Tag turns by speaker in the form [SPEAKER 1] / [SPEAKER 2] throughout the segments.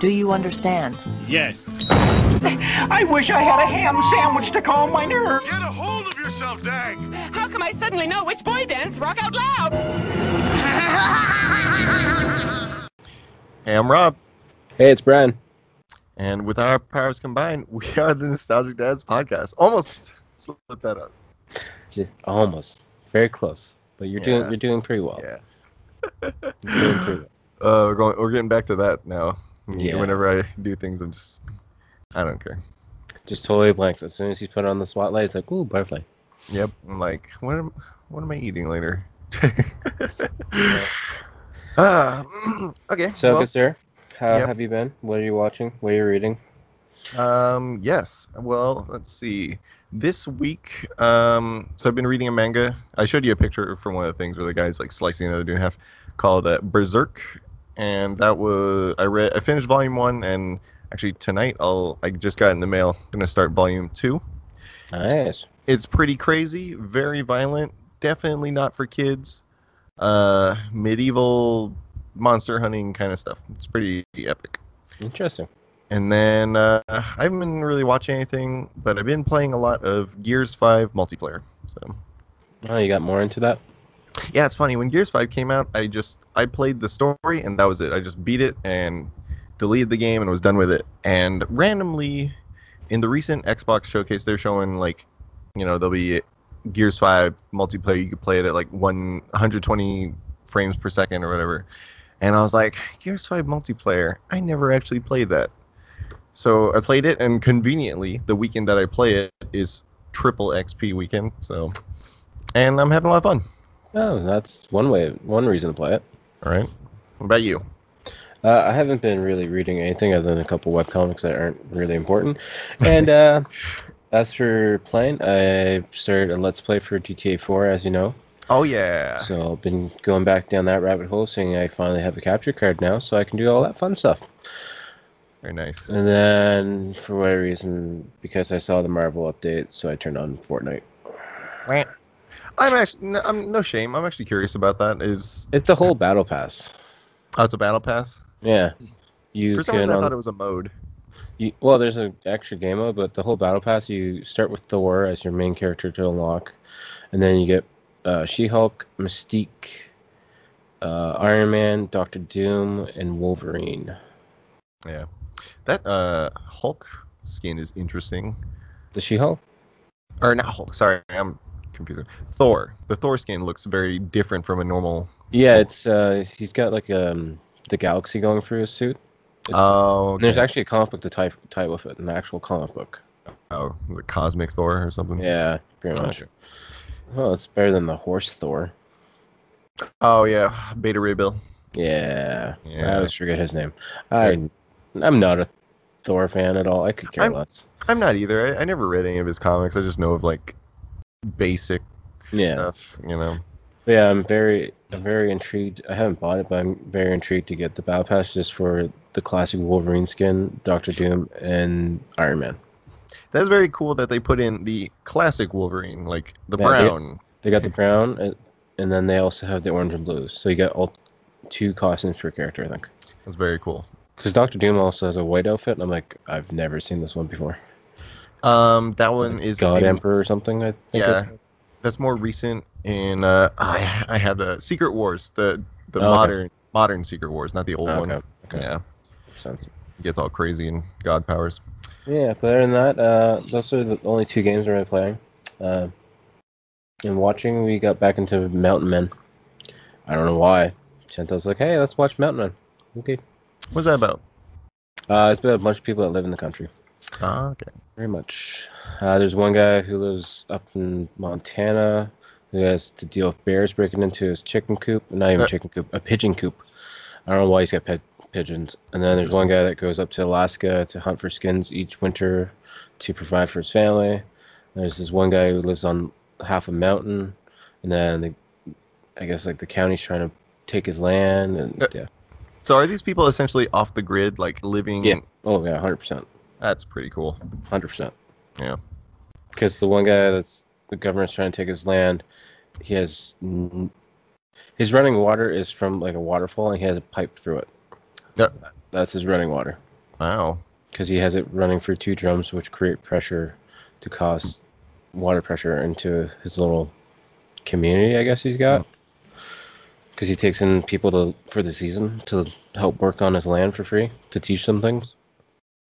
[SPEAKER 1] Do you understand?
[SPEAKER 2] Yes.
[SPEAKER 3] I wish I had a ham sandwich to calm my nerves.
[SPEAKER 4] Get a hold of yourself, Dag!
[SPEAKER 5] How come I suddenly know which boy bands rock out loud?
[SPEAKER 6] Hey, I'm Rob,
[SPEAKER 7] Hey, it's Brian.
[SPEAKER 6] and with our powers combined, we are the Nostalgic Dads podcast. Almost slipped that up.
[SPEAKER 7] J- Almost, very close, but you're
[SPEAKER 6] Yeah.
[SPEAKER 7] doing you're doing pretty well.
[SPEAKER 6] Yeah.
[SPEAKER 7] You're doing pretty well.
[SPEAKER 6] Uh, we're going. We're getting back to that now.
[SPEAKER 7] Yeah.
[SPEAKER 6] Whenever I do things, I'm just. I don't care.
[SPEAKER 7] Just totally blanks. As soon as he's put on the spotlight, it's like, ooh, butterfly.
[SPEAKER 6] Yep. I'm like, what am What am I eating later? Ah. okay.
[SPEAKER 7] So,
[SPEAKER 6] well,
[SPEAKER 7] good sir, how
[SPEAKER 6] Yep.
[SPEAKER 7] have you been? What are you watching? What are you reading?
[SPEAKER 6] Um, yes. Well, let's see. This week, um, so I've been reading a manga. I showed you a picture from one of the things where the guy's like slicing another dude in half, called uh, Berserk, and that was I read. I finished volume one, and actually tonight I'll I just got it in the mail. gonna start volume two.
[SPEAKER 7] Nice.
[SPEAKER 6] It's pretty crazy, very violent. Definitely not for kids. Uh, medieval monster hunting kind of stuff. It's pretty epic.
[SPEAKER 7] Interesting.
[SPEAKER 6] And then uh, I haven't been really watching anything, but I've been playing a lot of Gears 5 multiplayer. So
[SPEAKER 7] Oh, you got more into that?
[SPEAKER 6] yeah, it's funny when Gears 5 came out, I just I played the story and that was it. I just beat it and deleted the game and was done with it. And randomly, in the recent Xbox showcase, they're showing like, you know, there'll be Gears 5 multiplayer. You could play it at like one 120 frames per second or whatever. And I was like, Gears 5 multiplayer. I never actually played that. So I played it, and conveniently, the weekend that I play it is triple XP weekend. So, and I'm having a lot of fun.
[SPEAKER 7] Oh, that's one way, one reason to play it.
[SPEAKER 6] All right. What about you?
[SPEAKER 7] Uh, I haven't been really reading anything other than a couple webcomics that aren't really important. And uh, as for playing, I started a Let's Play for GTA 4, as you know.
[SPEAKER 6] Oh yeah.
[SPEAKER 7] So I've been going back down that rabbit hole, seeing I finally have a capture card now, so I can do all that fun stuff.
[SPEAKER 6] Very nice.
[SPEAKER 7] And then, for whatever reason, because I saw the Marvel update, so I turned on Fortnite.
[SPEAKER 6] I'm actually no, I'm no shame. I'm actually curious about that. Is
[SPEAKER 7] It's a whole battle pass.
[SPEAKER 6] oh, it's a battle pass?
[SPEAKER 7] Yeah, you
[SPEAKER 6] For some
[SPEAKER 7] can.
[SPEAKER 6] reason, I
[SPEAKER 7] On,
[SPEAKER 6] thought it was a mode.
[SPEAKER 7] you, well, there's an extra game mode, but the whole battle pass, you start with Thor as your main character to unlock, and then you get uh, She-Hulk, Mystique, uh, Iron Man, Doctor Doom, and Wolverine.
[SPEAKER 6] That uh Hulk skin is interesting.
[SPEAKER 7] The She-Hulk.
[SPEAKER 6] Or not Hulk. Sorry, I'm confusing. Thor. The Thor skin looks very different from a normal.
[SPEAKER 7] Yeah, it's uh, he's got like um the galaxy going through his suit. It's,
[SPEAKER 6] oh,
[SPEAKER 7] and there's
[SPEAKER 6] okay.
[SPEAKER 7] actually a comic book to tie tie with it, an actual comic book.
[SPEAKER 6] oh, is it Cosmic Thor or something?
[SPEAKER 7] Yeah, pretty
[SPEAKER 6] Oh,
[SPEAKER 7] much.
[SPEAKER 6] okay.
[SPEAKER 7] Well, it's better than the horse Thor.
[SPEAKER 6] Oh yeah, Beta Ray Bill.
[SPEAKER 7] Yeah, I
[SPEAKER 6] Yeah.
[SPEAKER 7] always forget his name. I I'm not a Thor fan at all. I could care
[SPEAKER 6] I'm-
[SPEAKER 7] less.
[SPEAKER 6] I'm not either. I, I never read any of his comics. I just know of like basic
[SPEAKER 7] Yeah.
[SPEAKER 6] stuff. You know.
[SPEAKER 7] But yeah, I'm very I'm very intrigued. I haven't bought it, but I'm very intrigued to get the battle pass just for the classic Wolverine skin, Doctor Doom, and Iron Man.
[SPEAKER 6] That's very cool that they put in the classic Wolverine, like the
[SPEAKER 7] Yeah, they-
[SPEAKER 6] brown.
[SPEAKER 7] They got the brown, and- and then they also have the orange and blues. So you got all two costumes per character, I think.
[SPEAKER 6] That's very cool.
[SPEAKER 7] Because Doctor Doom also has a white outfit, and I'm like, I've never seen this one before.
[SPEAKER 6] Um, that one is
[SPEAKER 7] God
[SPEAKER 6] in-
[SPEAKER 7] Emperor or something? I think
[SPEAKER 6] Yeah,
[SPEAKER 7] it's-
[SPEAKER 6] that's more recent. In uh, I I had a Secret Wars, the the
[SPEAKER 7] Oh, okay.
[SPEAKER 6] modern modern Secret Wars, not the old
[SPEAKER 7] Okay,
[SPEAKER 6] one.
[SPEAKER 7] okay.
[SPEAKER 6] Yeah,
[SPEAKER 7] So-
[SPEAKER 6] gets all crazy and god powers.
[SPEAKER 7] yeah, but other than that, uh, those are the only two games we're playing. Uh, and watching, we got back into Mountain Men. I don't know why. Chantel's like, hey, let's watch Mountain Men. Okay.
[SPEAKER 6] What's that about?
[SPEAKER 7] Uh, it's been a bunch of people that live in the country.
[SPEAKER 6] Ah, okay.
[SPEAKER 7] Very much. Uh, there's one guy who lives up in Montana who has to deal with bears breaking into his chicken coop. Not even
[SPEAKER 6] Uh,
[SPEAKER 7] chicken coop, a pigeon coop. I don't know why he's got pet pigeons. And then there's one guy that goes up to Alaska to hunt for skins each winter to provide for his family. There's this one guy who lives on half a mountain, and then the, I guess like the county's trying to take his land. And
[SPEAKER 6] Uh,
[SPEAKER 7] yeah,
[SPEAKER 6] So are these people essentially off the grid, like living?
[SPEAKER 7] Yeah. oh yeah, hundred percent.
[SPEAKER 6] That's pretty cool.
[SPEAKER 7] Hundred percent.
[SPEAKER 6] Yeah.
[SPEAKER 7] Because the one guy that's the government's trying to take his land, he has n- his running water is from like a waterfall, and he has a pipe through it.
[SPEAKER 6] Yeah.
[SPEAKER 7] That's his running water.
[SPEAKER 6] Wow.
[SPEAKER 7] because he has it running through two drums, which create pressure to cause water pressure into his little community. I guess he's got because he takes in people to for the season to help work on his land for free to teach them things.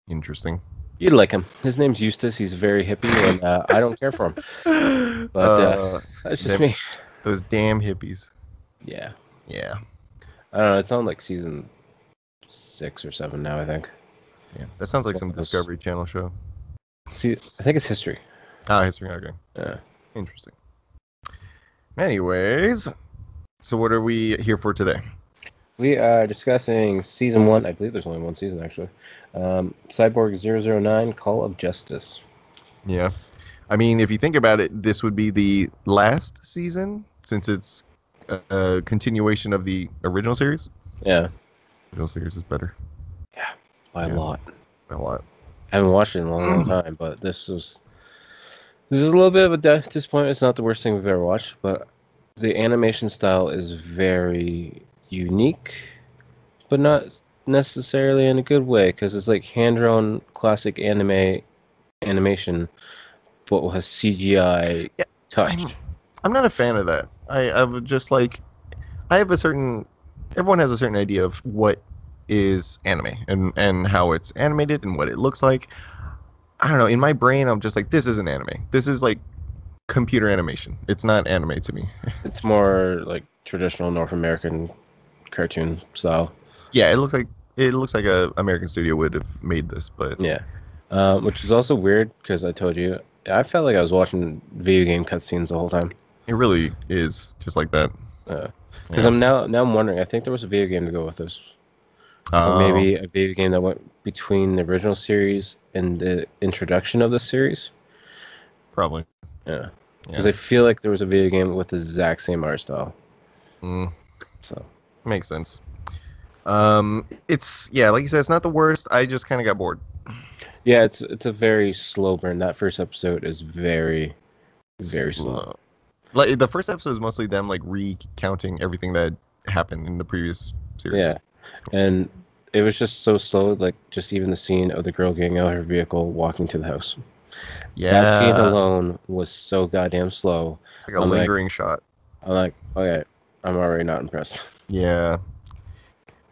[SPEAKER 6] Interesting.
[SPEAKER 7] You'd like him. His name's Eustace. He's very hippie, and uh, I don't care for him.
[SPEAKER 6] But
[SPEAKER 7] uh, That's just
[SPEAKER 6] They-
[SPEAKER 7] me.
[SPEAKER 6] those damn hippies.
[SPEAKER 7] Yeah,
[SPEAKER 6] Yeah.
[SPEAKER 7] I don't know. It's on like season six or seven now. I think.
[SPEAKER 6] Yeah. That sounds like some
[SPEAKER 7] Those-
[SPEAKER 6] Discovery Channel show.
[SPEAKER 7] See, I think it's history.
[SPEAKER 6] Ah, history. Okay.
[SPEAKER 7] Yeah.
[SPEAKER 6] Interesting. Anyways, so what are we here for today?
[SPEAKER 7] We are discussing season one. I believe there's only one season actually. Um, Cyborg 009 Call of Justice.
[SPEAKER 6] Yeah. I mean, if you think about it, this would be the last season since it's a, a continuation of the original series.
[SPEAKER 7] Yeah,
[SPEAKER 6] Original series is better
[SPEAKER 7] by
[SPEAKER 6] Yeah.
[SPEAKER 7] a lot.
[SPEAKER 6] by a lot.
[SPEAKER 7] I haven't watched it in a long, long time, but this was this is a little bit of a di- disappointment. It's not the worst thing we've ever watched, but the animation style is very unique, but not necessarily in a good way because it's like hand drawn classic anime animation, but with CGI
[SPEAKER 6] Yeah,
[SPEAKER 7] touch.
[SPEAKER 6] I'm- I'm not a fan of that. I, I would just like, I have a certain, everyone has a certain idea of what is anime and, and how it's animated and what it looks like. I don't know. In my brain, I'm just like, this isn't anime. This is like computer animation. It's not anime to me.
[SPEAKER 7] It's more like traditional North American cartoon style.
[SPEAKER 6] Yeah, it looks like it looks like a American studio would have made this, but
[SPEAKER 7] Yeah. Um, which is also weird because I told you, I felt like I was watching video game cutscenes the whole time.
[SPEAKER 6] it really is just like that.
[SPEAKER 7] Because
[SPEAKER 6] Yeah.
[SPEAKER 7] I'm now now I'm wondering. I think there was a video game to go with this, or
[SPEAKER 6] Um,
[SPEAKER 7] maybe a video game that went between the original series and the introduction of the series.
[SPEAKER 6] probably.
[SPEAKER 7] Yeah. Because
[SPEAKER 6] Yeah.
[SPEAKER 7] I feel like there was a video game with the exact same art style.
[SPEAKER 6] Mm.
[SPEAKER 7] So
[SPEAKER 6] Makes sense. Um, it's yeah, like you said, it's not the worst. I just kind of got bored.
[SPEAKER 7] yeah, it's it's a very slow burn. That first episode is very, very slow.
[SPEAKER 6] Like the first episode is mostly them like recounting everything that happened in the previous series.
[SPEAKER 7] Yeah, and it was just so slow. Like just even the scene of the girl getting out of her vehicle, walking to the house.
[SPEAKER 6] yeah.
[SPEAKER 7] That scene alone was so goddamn slow.
[SPEAKER 6] it's like a
[SPEAKER 7] I'm like-
[SPEAKER 6] lingering shot.
[SPEAKER 7] I'm like, okay, I'm already not impressed.
[SPEAKER 6] Yeah.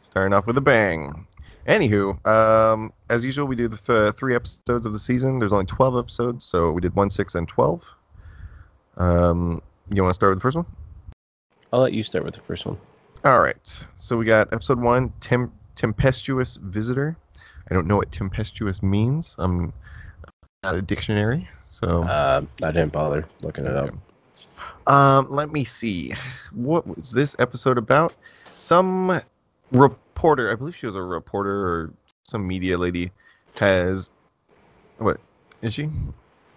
[SPEAKER 6] Starting off with a bang. Anywho, um, as usual, we do the th- three episodes of the season. There's only twelve episodes, so we did one, six, and twelve. Um, you want to start with the first one?
[SPEAKER 7] I'll let you start with the first one.
[SPEAKER 6] All right. So we got episode one, Tem- tempestuous visitor. I don't know what tempestuous means. I'm not a dictionary, so
[SPEAKER 7] Uh, I didn't bother looking it up.
[SPEAKER 6] um, let me see. What was this episode about? Some reporter, I believe she was a reporter or some media lady, has what is she?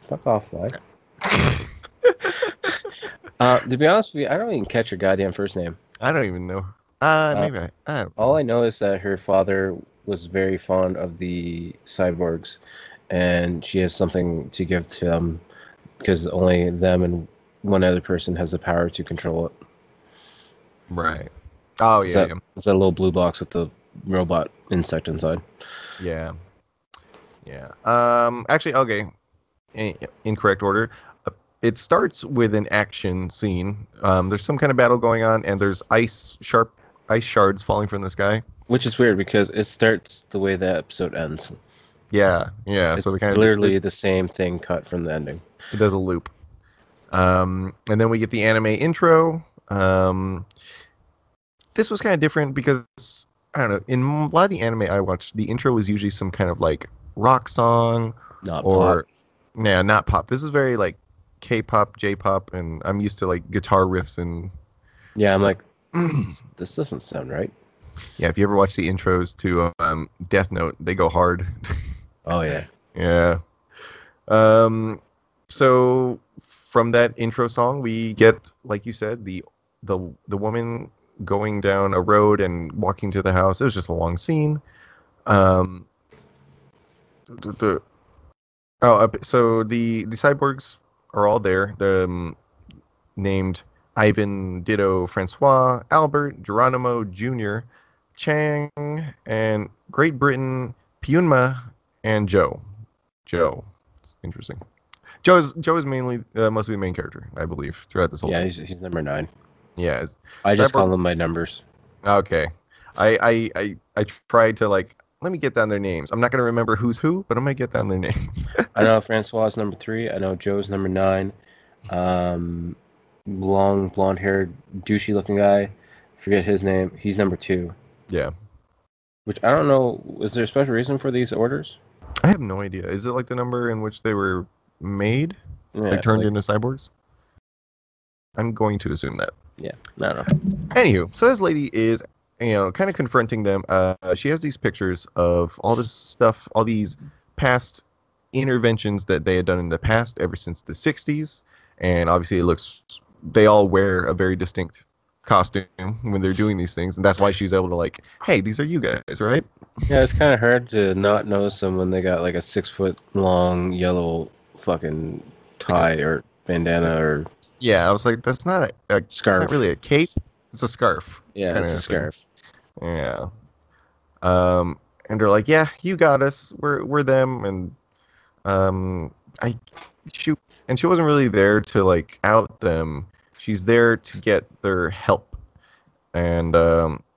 [SPEAKER 7] Fuck off, Fly. uh, to be honest with you, I don't even catch her goddamn first name.
[SPEAKER 6] I don't even know. Uh,
[SPEAKER 7] Uh,
[SPEAKER 6] maybe I. I don't,
[SPEAKER 7] All I know is that her father was very fond of the cyborgs, and she has something to give to them because only them and one other person has the power to control it.
[SPEAKER 6] right. Oh yeah,
[SPEAKER 7] So-
[SPEAKER 6] yeah.
[SPEAKER 7] It's that little blue box with the robot insect inside.
[SPEAKER 6] Yeah. Yeah. Um. Actually, okay. In- incorrect order. Uh, It starts with an action scene. Um. There's some kind of battle going on, and there's ice sharp ice shards falling from the sky.
[SPEAKER 7] Which is weird because it starts the way that episode ends.
[SPEAKER 6] Yeah. Yeah.
[SPEAKER 7] it's
[SPEAKER 6] so they kind of
[SPEAKER 7] literally the same thing cut from the ending.
[SPEAKER 6] it does a loop. Um, and then we get the anime intro. Um, this was kind of different because I don't know. In a lot of the anime I watched, the intro was usually some kind of like rock song
[SPEAKER 7] Not
[SPEAKER 6] or
[SPEAKER 7] pop.
[SPEAKER 6] no, not pop. This is very like K-pop, J-pop, and I'm used to like guitar riffs and
[SPEAKER 7] Yeah, I'm like, this doesn't sound right.
[SPEAKER 6] yeah. If you ever watch the intros to um, Death Note, they go hard.
[SPEAKER 7] Oh yeah.
[SPEAKER 6] yeah. Um, so from that intro song, we get like you said the the the woman going down a road and walking to the house. It was just a long scene. Um, the, the, oh, uh, so the the cyborgs are all there. The um, named Ivan, Ditto, Francois, Albert, Geronimo Jr., Chang, and Great Britain, Pyunma and Joe. Joe, it's interesting. Joe is Joe is mainly uh, mostly the main character, I believe, throughout this whole.
[SPEAKER 7] Yeah,
[SPEAKER 6] thing.
[SPEAKER 7] he's, he's number nine.
[SPEAKER 6] yeah. it's-
[SPEAKER 7] I just
[SPEAKER 6] Cyborg-
[SPEAKER 7] call them my numbers.
[SPEAKER 6] Okay. I I I I tried to like let me get down their names. I'm not gonna remember who's who, but I'm gonna get down their name.
[SPEAKER 7] I know Francois is number three. I know Joe's number nine. Um, long blonde haired, douchey looking guy. Forget his name. He's number two.
[SPEAKER 6] Yeah.
[SPEAKER 7] Which I don't know. Is there a special reason for these orders?
[SPEAKER 6] I have no idea. Is it like the number in which they were made,
[SPEAKER 7] Yeah,
[SPEAKER 6] like turned
[SPEAKER 7] like-
[SPEAKER 6] into cyborgs? I'm going to assume that.
[SPEAKER 7] I don't know.
[SPEAKER 6] Anywho, so this lady is, you know, kind of confronting them. Uh, she has these pictures of all this stuff, all these past interventions that they had done in the past, ever since the '60s, and obviously it looks. They all wear a very distinct costume when they're doing these things, and that's why she's able to like, hey, these are you guys, right?
[SPEAKER 7] Yeah, it's kind of hard to not notice them when they got like a six foot long yellow fucking tie or bandana or
[SPEAKER 6] Yeah, I was like, that's not a, a It's
[SPEAKER 7] Scarf.
[SPEAKER 6] not really a cape. It's a scarf.
[SPEAKER 7] yeah,
[SPEAKER 6] Kinda
[SPEAKER 7] it's a
[SPEAKER 6] thing.
[SPEAKER 7] scarf.
[SPEAKER 6] Yeah. Um, and they're like, yeah, you got us. We're we're them. And um, I she and she wasn't really there to like out them. She's there to get their help. And um,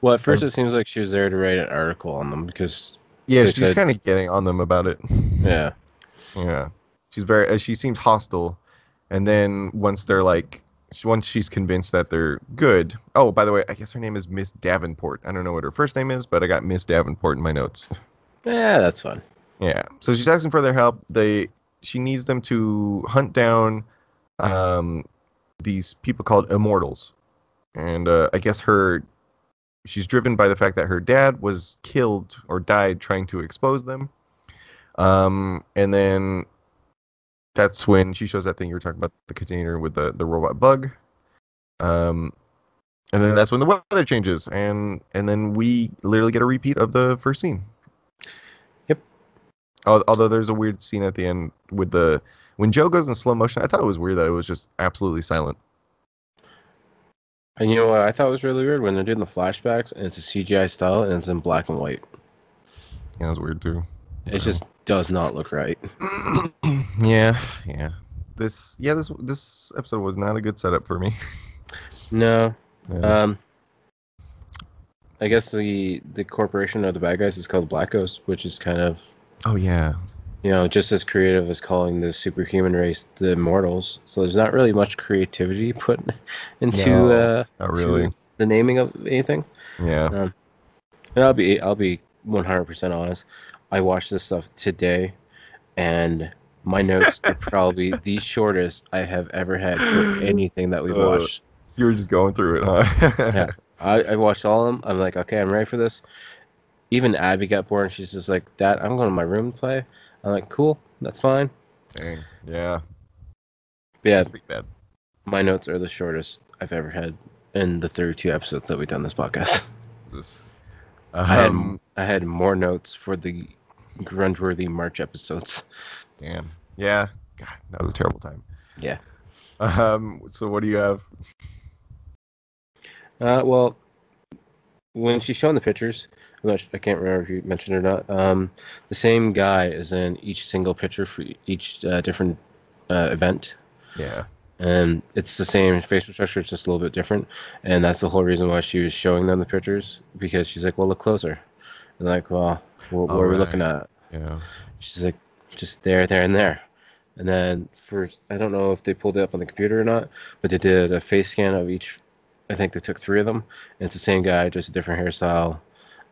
[SPEAKER 7] Well, at first it seems like she was there to write an article on them because
[SPEAKER 6] yeah,
[SPEAKER 7] They
[SPEAKER 6] she's
[SPEAKER 7] said-
[SPEAKER 6] kind of getting on them about it.
[SPEAKER 7] yeah,
[SPEAKER 6] Yeah. She's very uh, she seems hostile. And then once they're like sh- once she's convinced that they're good. Oh, by the way, I guess her name is Miss Davenport. I don't know what her first name is, but I got Miss Davenport in my notes.
[SPEAKER 7] yeah, that's fun.
[SPEAKER 6] Yeah. So she's asking for their help. They she needs them to hunt down um these people called immortals. And uh, I guess her she's driven by the fact that her dad was killed or died trying to expose them. Um and then that's when she shows that thing you were talking about the container with the the robot bug. Um and then that's when the weather changes and and then we literally get a repeat of the first scene. Al- Although there's a weird scene at the end with the when Joe goes in slow motion, I thought it was weird that it was just absolutely silent.
[SPEAKER 7] And you know what I thought was really weird when they're doing the flashbacks and it's a CGI style and it's in black and white.
[SPEAKER 6] Yeah, it was weird too.
[SPEAKER 7] It just does not look right.
[SPEAKER 6] yeah, yeah. This yeah this this episode was not a good setup for me.
[SPEAKER 7] No.
[SPEAKER 6] Yeah.
[SPEAKER 7] Um. I guess the the corporation of the bad guys is called Black Ghost, which is kind of
[SPEAKER 6] oh yeah,
[SPEAKER 7] you know, just as creative as calling the superhuman race the immortals. So there's not really much creativity put into
[SPEAKER 6] No,
[SPEAKER 7] uh,
[SPEAKER 6] not
[SPEAKER 7] to
[SPEAKER 6] really.
[SPEAKER 7] the naming of anything.
[SPEAKER 6] Yeah.
[SPEAKER 7] And I'll be I'll be 100% honest. I watched this stuff today, and my notes are probably the shortest I have ever had for anything that we've
[SPEAKER 6] Uh,
[SPEAKER 7] watched.
[SPEAKER 6] You were just going through it, huh?
[SPEAKER 7] Yeah. I, I watched all of them. I'm like, okay, I'm ready for this. Even Abby got bored. and She's just like, "That I'm going to my room to play." I'm like, "Cool, that's fine."
[SPEAKER 6] Dang. Yeah.
[SPEAKER 7] But yeah,
[SPEAKER 6] That's pretty bad.
[SPEAKER 7] my notes are the shortest I've ever had in the 32 episodes that we've done this podcast.
[SPEAKER 6] This.
[SPEAKER 7] I had
[SPEAKER 6] Um,
[SPEAKER 7] I had more notes for the grunge-worthy March episodes.
[SPEAKER 6] damn. Yeah. God, that was a terrible time.
[SPEAKER 7] Yeah.
[SPEAKER 6] Um. So what do you have?
[SPEAKER 7] Uh, well, when she's showing the pictures, I'm not, su- I can't remember if you mentioned it or not. Um, the same guy is in each single picture for each uh, different uh, event,
[SPEAKER 6] Yeah.
[SPEAKER 7] and it's the same facial structure. It's just a little bit different, and that's the whole reason why she was showing them the pictures because she's like, "Well, look closer," and like, "Well, what, what are we
[SPEAKER 6] Alright.
[SPEAKER 7] looking at?"
[SPEAKER 6] Yeah.
[SPEAKER 7] She's like, just there, there, and there. And then for I don't know if they pulled it up on the computer or not, but they did a face scan of each. I think they took three of them, and it's the same guy, just a different hairstyle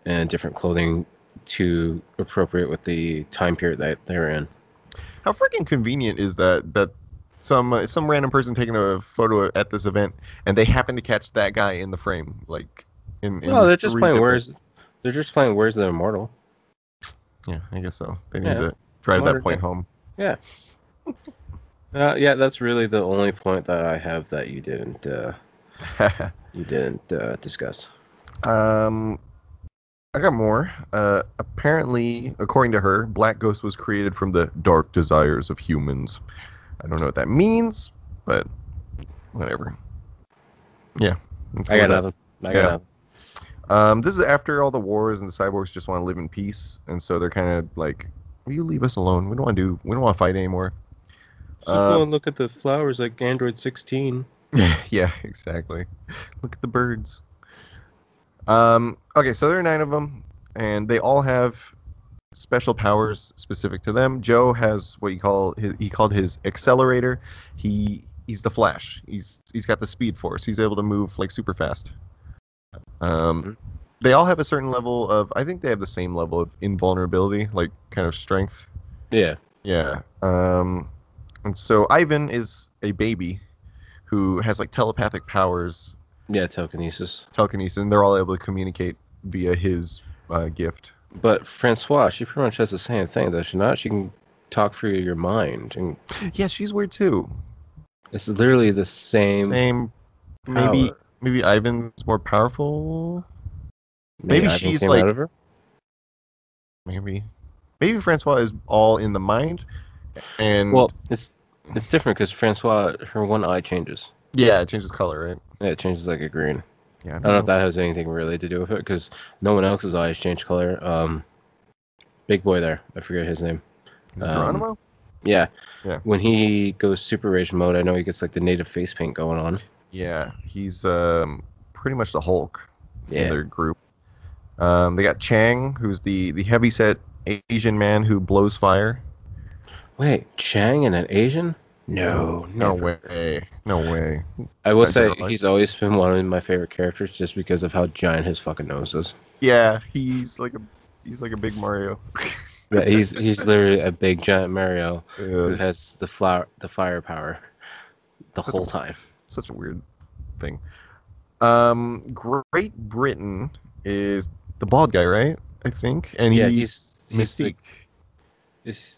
[SPEAKER 7] and different clothing to appropriate with the time period that they're in.
[SPEAKER 6] How freaking convenient is that that some uh, some random person taking a photo at this event and they happen to catch that guy in the frame like in, in
[SPEAKER 7] No,
[SPEAKER 6] these
[SPEAKER 7] they're just
[SPEAKER 6] three
[SPEAKER 7] playing
[SPEAKER 6] different-
[SPEAKER 7] words. They're just playing words that are immortal.
[SPEAKER 6] Yeah, I guess so. They need
[SPEAKER 7] Yeah.
[SPEAKER 6] to drive that
[SPEAKER 7] Modern
[SPEAKER 6] point
[SPEAKER 7] thing.
[SPEAKER 6] home.
[SPEAKER 7] Uh, yeah, that's really the only point that I have that you didn't uh, you didn't uh, discuss.
[SPEAKER 6] um I got more. Uh apparently, according to her, Black Ghost was created from the dark desires of humans. I don't know what that means, but whatever. Yeah. that's
[SPEAKER 7] I
[SPEAKER 6] what
[SPEAKER 7] got
[SPEAKER 6] uh, that-
[SPEAKER 7] nothing. I
[SPEAKER 6] Yeah.
[SPEAKER 7] got nothing.
[SPEAKER 6] Um, this is after all the wars and the cyborgs just want to live in peace, and so they're kind of like, "Will you leave us alone? We don't want to do. We don't want to fight anymore."
[SPEAKER 7] Just
[SPEAKER 6] Uh,
[SPEAKER 7] go and look at the flowers like Android 16.
[SPEAKER 6] yeah, exactly. Look at the birds. Um, okay, so there are nine of them, and they all have special powers specific to them. Joe has what you call his, he called his accelerator. He he's the Flash. He's he's got the Speed Force. He's able to move like super fast. Um, they all have a certain level of. I think they have the same level of invulnerability, like kind of strength.
[SPEAKER 7] Yeah.
[SPEAKER 6] Yeah. Um, and so Ivan is a baby who has like telepathic powers,
[SPEAKER 7] Yeah, telekinesis.
[SPEAKER 6] telekinesis, and they're all able to communicate via his uh, gift.
[SPEAKER 7] But Francois, she pretty much has the same thing, does she not? She can talk through your mind. And
[SPEAKER 6] Yeah, she's weird too.
[SPEAKER 7] it's literally the same.
[SPEAKER 6] Same. Maybe
[SPEAKER 7] power.
[SPEAKER 6] maybe Ivan's more powerful. maybe
[SPEAKER 7] Ivan
[SPEAKER 6] she's
[SPEAKER 7] came
[SPEAKER 6] like-
[SPEAKER 7] Out of her?
[SPEAKER 6] Maybe maybe Francois is all in the mind, and
[SPEAKER 7] Well, it's it's different because Francois, her one eye changes.
[SPEAKER 6] yeah, it changes color, right?
[SPEAKER 7] Yeah, it changes like a green.
[SPEAKER 6] Yeah,
[SPEAKER 7] I don't know if that has anything really to do with it because no one else's eyes change color. Um, big boy there, I forget his name.
[SPEAKER 6] Is it
[SPEAKER 7] um,
[SPEAKER 6] Geronimo?
[SPEAKER 7] Yeah.
[SPEAKER 6] Yeah.
[SPEAKER 7] When he goes super rage mode, I know he gets like the native face paint going on.
[SPEAKER 6] Yeah, he's um, pretty much the Hulk
[SPEAKER 7] Yeah.
[SPEAKER 6] in their group. Um, they got Chang, who's the the heavyset Asian man who blows fire.
[SPEAKER 7] Wait, Chang and an Asian? No,
[SPEAKER 6] No way, no way.
[SPEAKER 7] I will
[SPEAKER 6] I
[SPEAKER 7] say
[SPEAKER 6] don't like-
[SPEAKER 7] he's always been one of my favorite characters just because of how giant his fucking nose is.
[SPEAKER 6] Yeah, he's like a he's like a big Mario.
[SPEAKER 7] Yeah, he's he's literally a big giant Mario who
[SPEAKER 6] Uh,
[SPEAKER 7] has the flower the firepower the
[SPEAKER 6] Such a-
[SPEAKER 7] whole time.
[SPEAKER 6] such a weird thing. Um, Great Britain is the bald guy, right? I think, and
[SPEAKER 7] yeah,
[SPEAKER 6] he
[SPEAKER 7] he's he's the,
[SPEAKER 6] Mystique.
[SPEAKER 7] he's,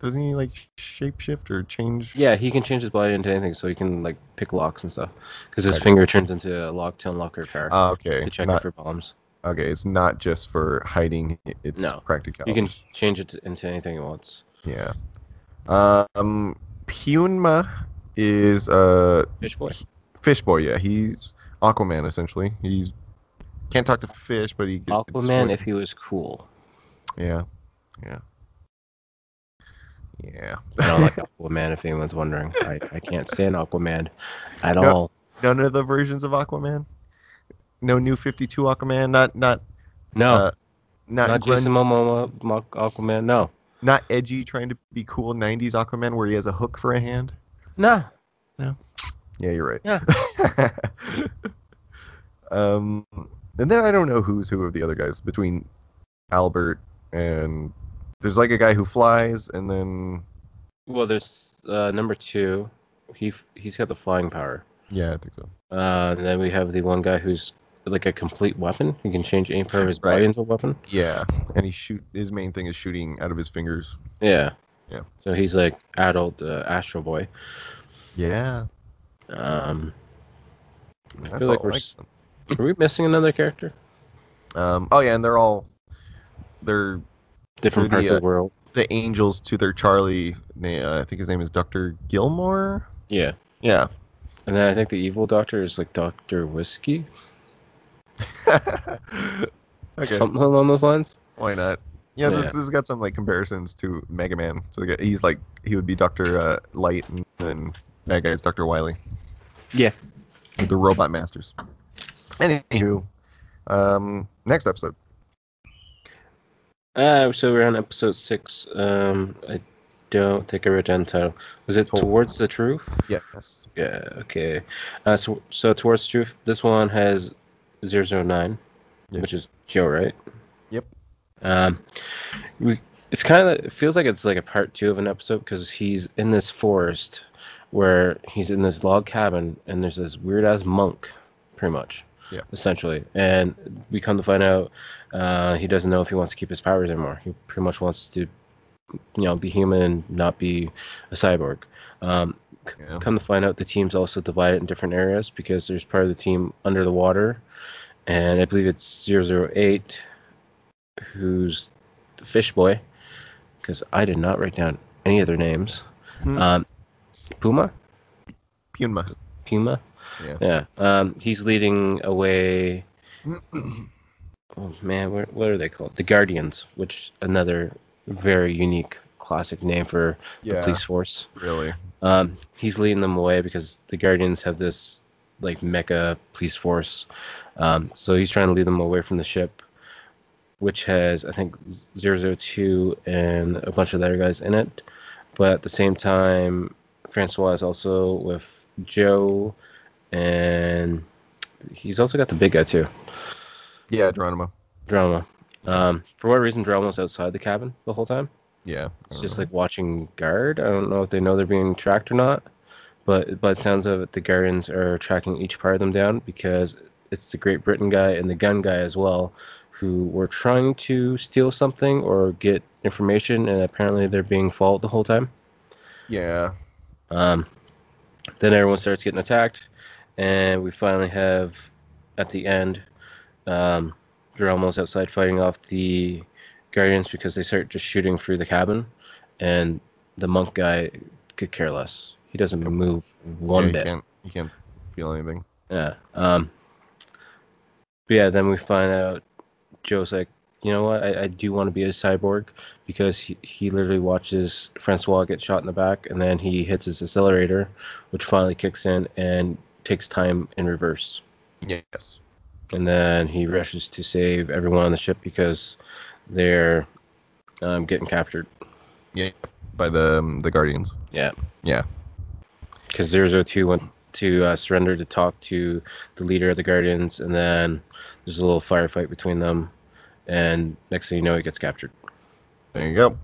[SPEAKER 6] doesn't he like shapeshift or change?
[SPEAKER 7] yeah, he can change his body into anything, so he can like pick locks and stuff because his
[SPEAKER 6] Okay.
[SPEAKER 7] finger turns into a lock to unlock her car
[SPEAKER 6] Ah, okay.
[SPEAKER 7] to check
[SPEAKER 6] Not,
[SPEAKER 7] it for bombs.
[SPEAKER 6] okay, it's not just for hiding. It's
[SPEAKER 7] No.
[SPEAKER 6] practicality.
[SPEAKER 7] You can change it into anything he wants.
[SPEAKER 6] Yeah. Um, Pyunma is uh
[SPEAKER 7] Fish boy.
[SPEAKER 6] fish boy. Yeah, he's Aquaman essentially. He's can't talk to fish, but he can
[SPEAKER 7] Aquaman, if he was cool.
[SPEAKER 6] yeah, yeah, yeah.
[SPEAKER 7] I don't like Aquaman. If anyone's wondering, I, I can't stand Aquaman at
[SPEAKER 6] No.
[SPEAKER 7] all.
[SPEAKER 6] None of the versions of Aquaman. No new Fifty Two Aquaman. Not not
[SPEAKER 7] No,
[SPEAKER 6] Uh, not
[SPEAKER 7] not
[SPEAKER 6] grunge-
[SPEAKER 7] Jason Momoa, Mo- Aquaman. No,
[SPEAKER 6] not edgy, trying to be cool '90s Aquaman where he has a hook for a hand.
[SPEAKER 7] no.
[SPEAKER 6] Yeah, you're right.
[SPEAKER 7] Yeah.
[SPEAKER 6] um, and then I don't know who's who of the other guys between Albert and there's like a guy who flies, and then
[SPEAKER 7] Well, there's uh, number two. He f- he's got the flying power.
[SPEAKER 6] yeah, I think so.
[SPEAKER 7] Uh, and then we have the one guy who's like a complete weapon. He can change any part of his
[SPEAKER 6] Right.
[SPEAKER 7] body into a weapon.
[SPEAKER 6] Yeah, and he shoot. His main thing is shooting out of his fingers.
[SPEAKER 7] Yeah.
[SPEAKER 6] Yeah.
[SPEAKER 7] So he's like adult uh, Astro Boy.
[SPEAKER 6] Yeah,
[SPEAKER 7] Um,
[SPEAKER 6] that's
[SPEAKER 7] feel like
[SPEAKER 6] all.
[SPEAKER 7] we're s- are we missing another character?
[SPEAKER 6] Um, oh yeah, and they're all they're
[SPEAKER 7] Different
[SPEAKER 6] They're the,
[SPEAKER 7] parts
[SPEAKER 6] uh,
[SPEAKER 7] of the world.
[SPEAKER 6] the angels to their Charlie. Uh, I think his name is Doctor Gilmore.
[SPEAKER 7] Yeah.
[SPEAKER 6] Yeah,
[SPEAKER 7] And then I think the evil doctor is like Doctor Whiskey,
[SPEAKER 6] okay.
[SPEAKER 7] something along those lines.
[SPEAKER 6] Why not? Yeah, This,
[SPEAKER 7] Yeah.
[SPEAKER 6] this has got some like comparisons to Mega Man. So they got- he's like he would be Doctor uh, Light, and then that guy's Doctor Wily.
[SPEAKER 7] Yeah.
[SPEAKER 6] the Robot Masters. Anywho, um, next episode.
[SPEAKER 7] Uh, so we're on episode six. Um, I don't think I wrote down the title. Was it
[SPEAKER 6] Tol-
[SPEAKER 7] Towards the Truth?
[SPEAKER 6] Yes.
[SPEAKER 7] Yeah. Okay. Uh, so so Towards the Truth. This one has 009,
[SPEAKER 6] Yeah.
[SPEAKER 7] which is Joe, right?
[SPEAKER 6] Yep.
[SPEAKER 7] Um, we it's kind of it feels like it's like a part two of an episode because he's in this forest where he's in this log cabin and there's this weird ass monk, pretty much.
[SPEAKER 6] Yeah.
[SPEAKER 7] Essentially, and we come to find out uh, he doesn't know if he wants to keep his powers anymore. He pretty much wants to, you know, be human and not be a cyborg. Um, c-
[SPEAKER 6] Yeah.
[SPEAKER 7] Come to find out, the team's also divided in different areas because there's part of the team under the water, and I believe it's 008, who's the fish boy, because I did not write down any of their names.
[SPEAKER 6] Hmm.
[SPEAKER 7] Um, Puma?
[SPEAKER 6] Pyunma.
[SPEAKER 7] Puma?
[SPEAKER 6] Yeah.
[SPEAKER 7] Yeah. Um, he's leading away oh man, what, what are they called? The Guardians, which another very unique classic name for the
[SPEAKER 6] Yeah,
[SPEAKER 7] police force.
[SPEAKER 6] really.
[SPEAKER 7] Um, he's leading them away because the Guardians have this like mecha police force. Um, so he's trying to lead them away from the ship, which has I think 002 and a bunch of the other guys in it. But at the same time, Francois is also with Joe, and he's also got the big guy too,
[SPEAKER 6] Yeah, Geronimo.
[SPEAKER 7] Drama. Um, for what reason, Drama was outside the cabin the whole time.
[SPEAKER 6] Yeah.
[SPEAKER 7] It's just like watching guard. I don't know if they know they're being tracked or not, but by the sounds of it, the guardians are tracking each part of them down because it's the Great Britain guy and the gun guy as well, who were trying to steal something or get information, and apparently they're being followed the whole time.
[SPEAKER 6] yeah.
[SPEAKER 7] Um, then everyone starts getting attacked, and we finally have, at the end, um, Drelmo's outside fighting off the Guardians because they start just shooting through the cabin, and the monk guy could care less. He doesn't move one
[SPEAKER 6] yeah,
[SPEAKER 7] bit.
[SPEAKER 6] You can't, you can't feel anything.
[SPEAKER 7] Yeah. Um. but yeah. Then we find out Joe's like, you know what? I, I do want to be a cyborg because he, he literally watches Francois get shot in the back, and then he hits his accelerator, which finally kicks in and takes time in reverse.
[SPEAKER 6] Yes.
[SPEAKER 7] And then he rushes to save everyone on the ship because they're um, getting captured
[SPEAKER 6] By the um, the Guardians.
[SPEAKER 7] because 002 went to uh, surrender to talk to the leader of the Guardians, and then there's a little firefight between them, and next thing you know, he gets captured.
[SPEAKER 6] There you go.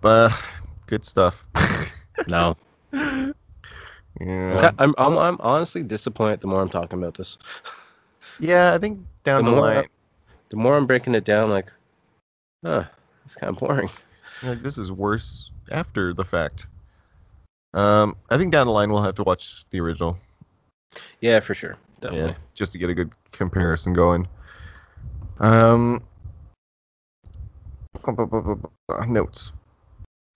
[SPEAKER 6] But good stuff.
[SPEAKER 7] No,
[SPEAKER 6] yeah.
[SPEAKER 7] I'm, I'm I'm honestly disappointed. The more I'm talking about this,
[SPEAKER 6] yeah, I think down
[SPEAKER 7] The
[SPEAKER 6] the
[SPEAKER 7] more-
[SPEAKER 6] line,
[SPEAKER 7] the more I'm breaking it down, like, huh, it's kind of boring.
[SPEAKER 6] you're like this is worse after the fact. Um, I think down the line we'll have to watch the original.
[SPEAKER 7] Yeah, for sure, definitely.
[SPEAKER 6] just to get a good comparison going. Um, bu- bu- bu- bu- bu- notes.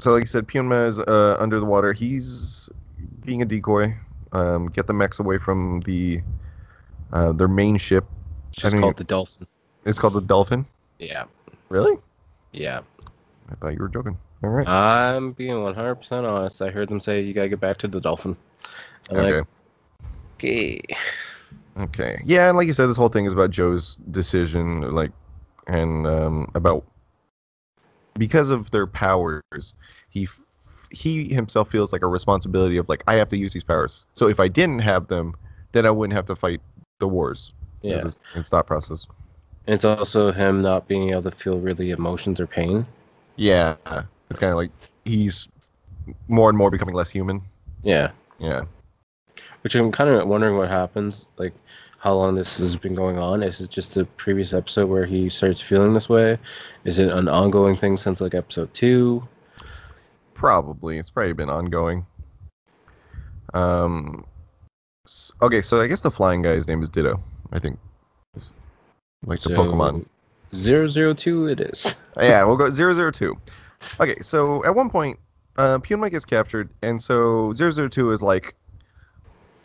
[SPEAKER 6] So, like you said, Puma is uh, under the water. He's being a decoy. Um, get the mechs away from the uh, their main ship.
[SPEAKER 7] It's
[SPEAKER 6] I
[SPEAKER 7] Just
[SPEAKER 6] mean-
[SPEAKER 7] called the Dolphin.
[SPEAKER 6] It's called the Dolphin.
[SPEAKER 7] Yeah,
[SPEAKER 6] Really?
[SPEAKER 7] yeah.
[SPEAKER 6] I thought you were joking. All right.
[SPEAKER 7] I'm being 100% honest. I heard them say you gotta get back to the Dolphin. I'm
[SPEAKER 6] okay.
[SPEAKER 7] like, okay.
[SPEAKER 6] Okay. Yeah, and like you said, this whole thing is about Joe's decision, like, and um, about because of their powers, he f- he himself feels like a responsibility of like I have to use these powers. So if I didn't have them, then I wouldn't have to fight the wars.
[SPEAKER 7] Yeah.
[SPEAKER 6] It's, it's thought process.
[SPEAKER 7] And It's also him not being able to feel really emotions or pain.
[SPEAKER 6] Yeah. It's kind of like he's more and more becoming less human.
[SPEAKER 7] Yeah,
[SPEAKER 6] Yeah.
[SPEAKER 7] which I'm kind of wondering what happens, like how long this has been going on. Is it just the previous episode where he starts feeling this way? Is it an ongoing thing since like episode two?
[SPEAKER 6] Probably. It's probably been ongoing. Um. s- Okay, so I guess the flying guy's name is Ditto. I think, It's like the Pokemon.
[SPEAKER 7] Zero zero two. It is.
[SPEAKER 6] Yeah, we'll go 002. Okay, so at one point, uh, Puma gets captured, and so 002 is like,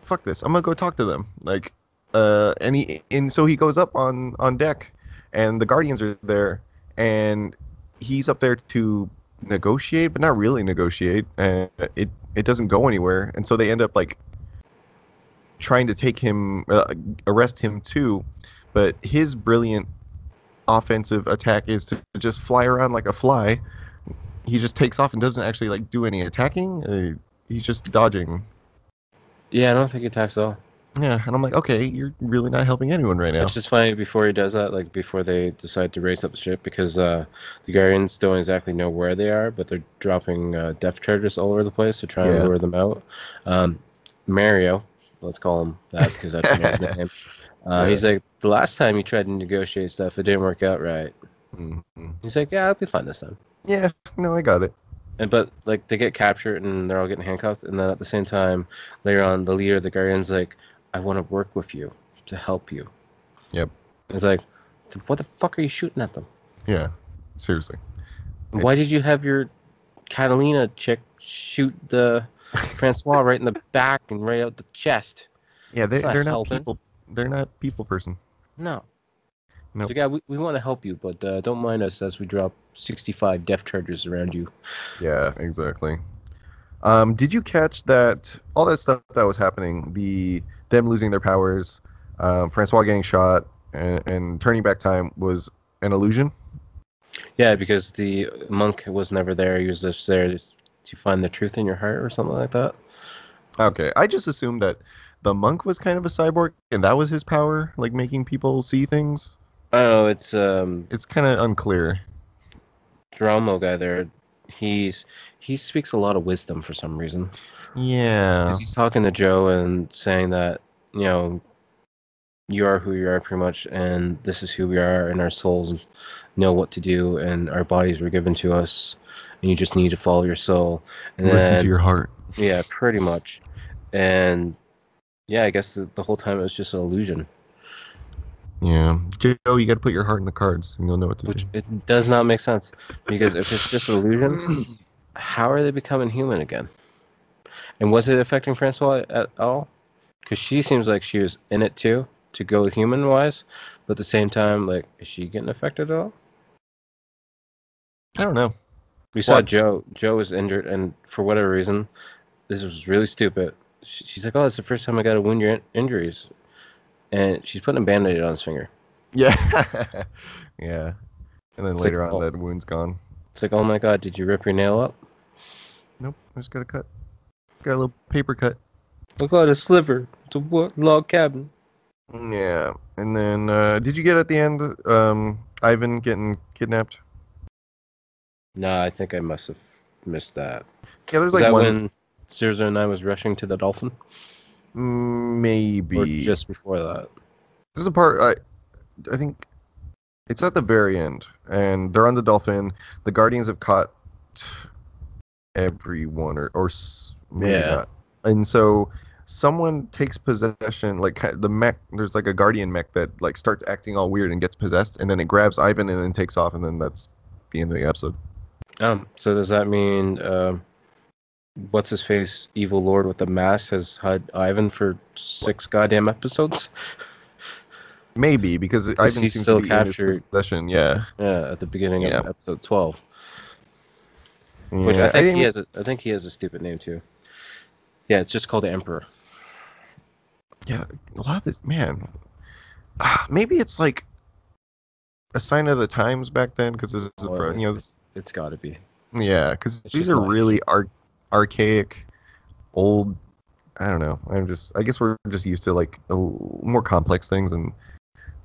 [SPEAKER 6] "Fuck this! I'm gonna go talk to them." Like, uh, and he and so he goes up on on deck, and the Guardians are there, and he's up there to negotiate, but not really negotiate, and it it doesn't go anywhere, and so they end up like trying to take him, uh, arrest him too, but his brilliant offensive attack is to just fly around like a fly. He just takes off and doesn't actually like do any attacking. Uh, he's just dodging.
[SPEAKER 7] Yeah, I don't think he attacks at all.
[SPEAKER 6] Yeah, and I'm like, okay, you're really not helping anyone right now.
[SPEAKER 7] It's just funny before he does that, like before they decide to race up the ship, because uh, the Guardians don't exactly know where they are, but they're dropping uh, depth charges all over the place to try
[SPEAKER 6] Yeah.
[SPEAKER 7] and lure them out. Um, Mario, let's call him that because that's his name. Uh, He's like, the last time you tried to negotiate stuff, it didn't work out right.
[SPEAKER 6] Mhm.
[SPEAKER 7] He's like, yeah, I'll be fine this time.
[SPEAKER 6] Yeah, no, I got it.
[SPEAKER 7] And but like they get captured and they're all getting handcuffed, and then at the same time, later on, the leader of the Guardians like, I want to work with you to help you.
[SPEAKER 6] Yep.
[SPEAKER 7] It's like, "Th- what the fuck are you shooting at them?
[SPEAKER 6] Yeah, seriously.
[SPEAKER 7] And Why did
[SPEAKER 6] It's-
[SPEAKER 7] you have your Catalina chick shoot the Francois right in the back and right out the chest?
[SPEAKER 6] Yeah, they,
[SPEAKER 7] It's not
[SPEAKER 6] they're not
[SPEAKER 7] helping.
[SPEAKER 6] people. They're not people person.
[SPEAKER 7] No.
[SPEAKER 6] Nope.
[SPEAKER 7] So, guy, we, we want to help you, but uh, don't mind us as we drop 65 death charges around you.
[SPEAKER 6] Yeah, exactly. Um, did you catch that? All that stuff that was happening, the them losing their powers, um, Francois getting shot, and, and turning back time was an illusion.
[SPEAKER 7] Yeah, because the monk was never there. He was just there just to find the truth in your heart or something like that.
[SPEAKER 6] Okay, I just assumed that the monk was kind of a cyborg, and that was his power, like making people see things.
[SPEAKER 7] Oh, it's um
[SPEAKER 6] It's kind of unclear.
[SPEAKER 7] Dromo guy there. He's he speaks a lot of wisdom for some reason.
[SPEAKER 6] Yeah. Oh.
[SPEAKER 7] 'Cause he's talking to Joe and saying that you know you are who you are pretty much, and this is who we are, and our souls know what to do, and our bodies were given to us, and you just need to follow your soul. And
[SPEAKER 6] Listen
[SPEAKER 7] then-
[SPEAKER 6] to your heart.
[SPEAKER 7] Yeah, pretty much. And yeah, I guess the, the whole time it was just an illusion,
[SPEAKER 6] Yeah, Joe, you got to put your heart in the cards, and you'll know what to
[SPEAKER 7] which
[SPEAKER 6] do.
[SPEAKER 7] it does not make sense because if it's just an illusion, how are they becoming human again? And was it affecting Francois at all? Because she seems like she was in it too to go human wise, but at the same time, like, is she getting affected at all?
[SPEAKER 6] I don't know.
[SPEAKER 7] We saw
[SPEAKER 6] What?
[SPEAKER 7] Joe. Joe was injured, and for whatever reason, this was really stupid. She, she's like, "Oh, it's the first time I got a wound your injuries," and she's putting a band-aid on his finger.
[SPEAKER 6] Yeah. yeah. And then
[SPEAKER 7] It's
[SPEAKER 6] later
[SPEAKER 7] like,
[SPEAKER 6] on,
[SPEAKER 7] oh.
[SPEAKER 6] that wound's gone.
[SPEAKER 7] It's like, "Oh my God, did you rip your nail up?
[SPEAKER 6] Nope, I just got a cut. Got a little paper cut.
[SPEAKER 7] Look at a sliver. It's a wo- log cabin."
[SPEAKER 6] Yeah. And then, uh, did you get at the end um, Ivan getting kidnapped?
[SPEAKER 7] Nah, I think I must have missed that.
[SPEAKER 6] Yeah, there's
[SPEAKER 7] Was
[SPEAKER 6] like
[SPEAKER 7] that
[SPEAKER 6] one.
[SPEAKER 7] when 009 was rushing to the dolphin,
[SPEAKER 6] mm,
[SPEAKER 7] or
[SPEAKER 6] Maybe.
[SPEAKER 7] just before that?
[SPEAKER 6] There's a part, I, I think it's at the very end. And they're on the dolphin. The Guardians have caught everyone, or, or s- maybe
[SPEAKER 7] Yeah.
[SPEAKER 6] not. And so someone takes possession like ki- the mech there's like a guardian mech that like starts acting all weird and gets possessed and then it grabs ivan and then takes off and then that's the end of the episode
[SPEAKER 7] Um. So does that mean, um, what's his face, evil lord with the mask, has had Ivan for six goddamn episodes?
[SPEAKER 6] Maybe because
[SPEAKER 7] Because
[SPEAKER 6] Ivan
[SPEAKER 7] he's
[SPEAKER 6] seems
[SPEAKER 7] still
[SPEAKER 6] to be in his
[SPEAKER 7] captured.
[SPEAKER 6] possession. Yeah,
[SPEAKER 7] Yeah, at the beginning
[SPEAKER 6] Yeah.
[SPEAKER 7] of episode twelve, which
[SPEAKER 6] which
[SPEAKER 7] I think he has. A, I think he has a stupid name too. Yeah, it's just called the Emperor.
[SPEAKER 6] a lot of this man. ah, Maybe it's like a sign of the times back then because this is
[SPEAKER 7] Oh,
[SPEAKER 6] for- you know this,
[SPEAKER 7] It's got to be.
[SPEAKER 6] yeah because
[SPEAKER 7] It's
[SPEAKER 6] these
[SPEAKER 7] just
[SPEAKER 6] are
[SPEAKER 7] like-
[SPEAKER 6] really ar- archaic, old. I don't know. I'm just. I guess we're just used to like a l- more complex things, and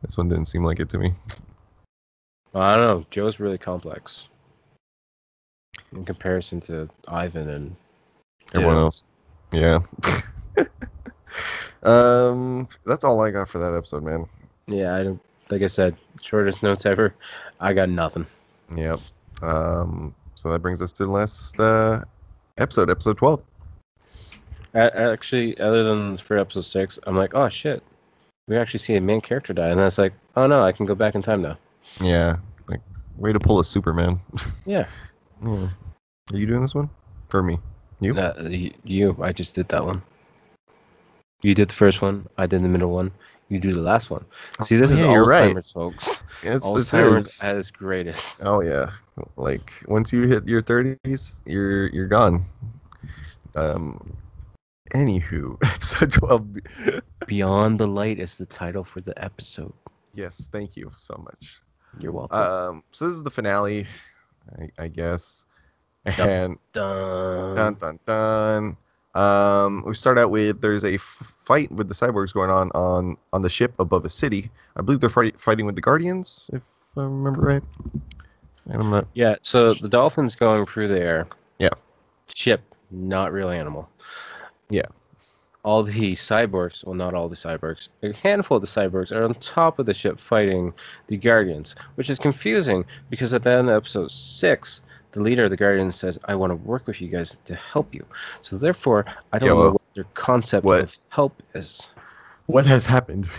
[SPEAKER 6] this one didn't seem like it to me.
[SPEAKER 7] Well, I don't know. Joe's really complex in comparison to Ivan and
[SPEAKER 6] Everyone
[SPEAKER 7] Yeah.
[SPEAKER 6] else, yeah. um, that's all I got for that episode, man.
[SPEAKER 7] yeah. I don't. Like I said, shortest notes ever. I got nothing.
[SPEAKER 6] Yep. Um, so that brings us to the last uh, episode, episode 12.
[SPEAKER 7] I, I actually, other than for episode six, I'm like, oh shit, we actually see a main character die, and that's like, oh no, I can go back in time now.
[SPEAKER 6] Yeah. Like, way to pull a Superman.
[SPEAKER 7] Yeah.
[SPEAKER 6] yeah. Are you doing this one? For me? You?
[SPEAKER 7] Uh, y- you, I just did that one. You did the first one. I did the middle one. You do the last one. See, this is
[SPEAKER 6] Oh, yeah, you're right.
[SPEAKER 7] Alzheimer's, folks.
[SPEAKER 6] It's, it's
[SPEAKER 7] Alzheimer's
[SPEAKER 6] his.
[SPEAKER 7] at its greatest.
[SPEAKER 6] Oh, yeah. Like, once you hit your 30s, you're you're gone. Um, anywho, episode 12.
[SPEAKER 7] Beyond the Light is the title for the episode.
[SPEAKER 6] Yes, thank you so much.
[SPEAKER 7] You're welcome.
[SPEAKER 6] Um, so this is the finale, I, I guess.
[SPEAKER 7] Yep.
[SPEAKER 6] And
[SPEAKER 7] Dun.
[SPEAKER 6] Dun dun dun. Um, we start out with there's a f- fight with the cyborgs going on on on the ship above a city. I believe they're fight- fighting with the guardians, if I remember right. And I'm not.
[SPEAKER 7] Yeah, so the dolphin's going through the air.
[SPEAKER 6] Yeah.
[SPEAKER 7] Ship, not real animal.
[SPEAKER 6] Yeah.
[SPEAKER 7] All the cyborgs, well, not all the cyborgs, a handful of the cyborgs are on top of the ship fighting the Guardians, which is confusing because at the end of episode six, the leader of the Guardians says, I want to work with you guys to help you. So therefore, I don't
[SPEAKER 6] Yeah,
[SPEAKER 7] know
[SPEAKER 6] well,
[SPEAKER 7] what their concept
[SPEAKER 6] what-
[SPEAKER 7] of help is.
[SPEAKER 6] What has happened?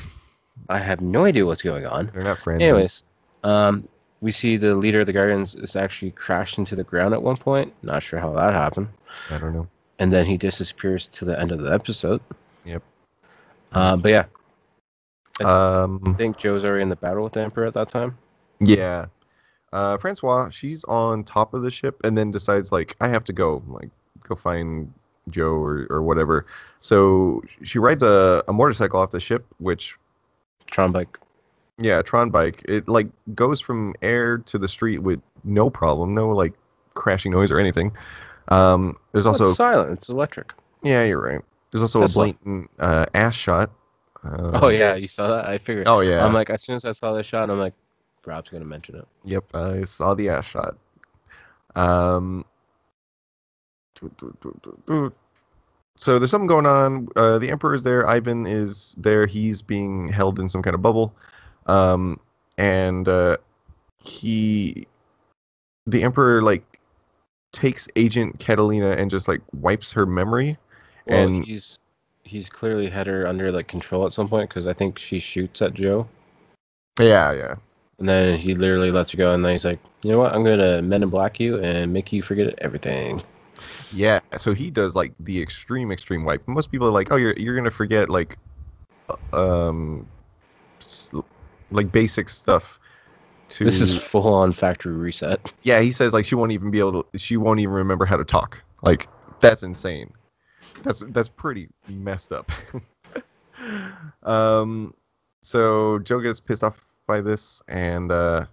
[SPEAKER 7] I have no idea what's going on.
[SPEAKER 6] They're not friends.
[SPEAKER 7] Anyways, um, we see the leader of the Guardians is actually crashed into the ground at one point. Not sure how that happened.
[SPEAKER 6] I don't know.
[SPEAKER 7] And then he disappears to the end of the episode.
[SPEAKER 6] Yep.
[SPEAKER 7] Uh, but yeah,
[SPEAKER 6] Um,
[SPEAKER 7] I think Joe's already in the battle with the Emperor at that time.
[SPEAKER 6] yeah. Uh, Francois, she's on top of the ship and then decides like I have to go, like go find Joe or, or whatever. So she rides a, a motorcycle off the ship, which
[SPEAKER 7] Tron bike.
[SPEAKER 6] yeah, Tron bike. It like goes from air to the street with no problem, no like crashing noise or anything. Um, there's
[SPEAKER 7] Also
[SPEAKER 6] also
[SPEAKER 7] "Oh, it's silent. It's electric.
[SPEAKER 6] Yeah, you're right. There's also a
[SPEAKER 7] Tesla.
[SPEAKER 6] blatant uh, ass shot. Uh,
[SPEAKER 7] oh yeah, you saw that. I figured.
[SPEAKER 6] Oh yeah.
[SPEAKER 7] I'm like, as soon as I saw that shot, I'm like, Rob's gonna mention it.
[SPEAKER 6] yep, I saw the ass shot. Um. doot, doot, doot, doot, doot. So there's something going on. Uh, the emperor's there. Ivan is there. He's being held in some kind of bubble, um, and uh, he, the emperor, like takes Agent Catalina and just like wipes her memory.
[SPEAKER 7] Well,
[SPEAKER 6] And-
[SPEAKER 7] he's he's clearly had her under like control at some point because I think she shoots at Joe,
[SPEAKER 6] Yeah, yeah,
[SPEAKER 7] and then he literally lets her go, and then he's like, you know what? I'm gonna Men in Black you and make you forget everything.
[SPEAKER 6] Yeah, so he does like the extreme extreme wipe. Most people are like, "Oh, you're you're gonna forget like, uh, um, s- like basic stuff." To
[SPEAKER 7] This is full on factory reset.
[SPEAKER 6] yeah, he says like she won't even be able to. She won't even remember how to talk. Like that's insane. That's that's pretty messed up. um, so Joe gets pissed off by this, and uh,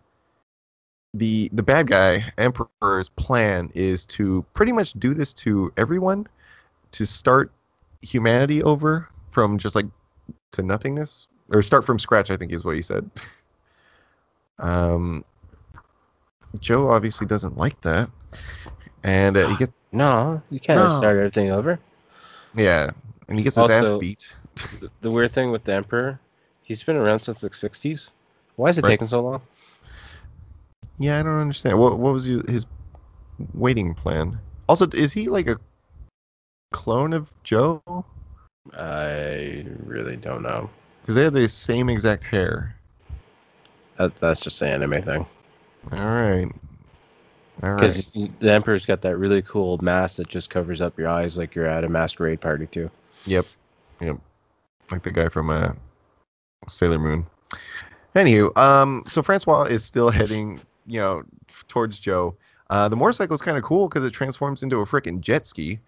[SPEAKER 6] the the bad guy Emperor's plan is to pretty much do this to everyone, to start humanity over from just like to nothingness, or start from scratch. I think is what he said. Um, Joe obviously doesn't like that, and uh, he gets
[SPEAKER 7] No, you can't
[SPEAKER 6] No.
[SPEAKER 7] start everything over.
[SPEAKER 6] yeah, and he gets his ass
[SPEAKER 7] Also-
[SPEAKER 6] beat.
[SPEAKER 7] The weird thing with the Emperor, he's been around since the '60s. Why is it
[SPEAKER 6] Right.
[SPEAKER 7] taking so long?
[SPEAKER 6] Yeah, I don't understand. What what was his- his waiting plan? Also, is he like a clone of Joe?
[SPEAKER 7] I really don't know.
[SPEAKER 6] Because they have the same exact hair.
[SPEAKER 7] That, that's just the anime thing.
[SPEAKER 6] All right, all
[SPEAKER 7] Because
[SPEAKER 6] right.
[SPEAKER 7] the Emperor's got that really cool mask that just covers up your eyes like you're at a masquerade party, too.
[SPEAKER 6] Yep, yep. Like the guy from uh, Sailor Moon. Anywho, um, so Francois is still heading, you know, f- towards Joe. Uh, the motorcycle is kind of cool because it transforms into a freaking jet ski.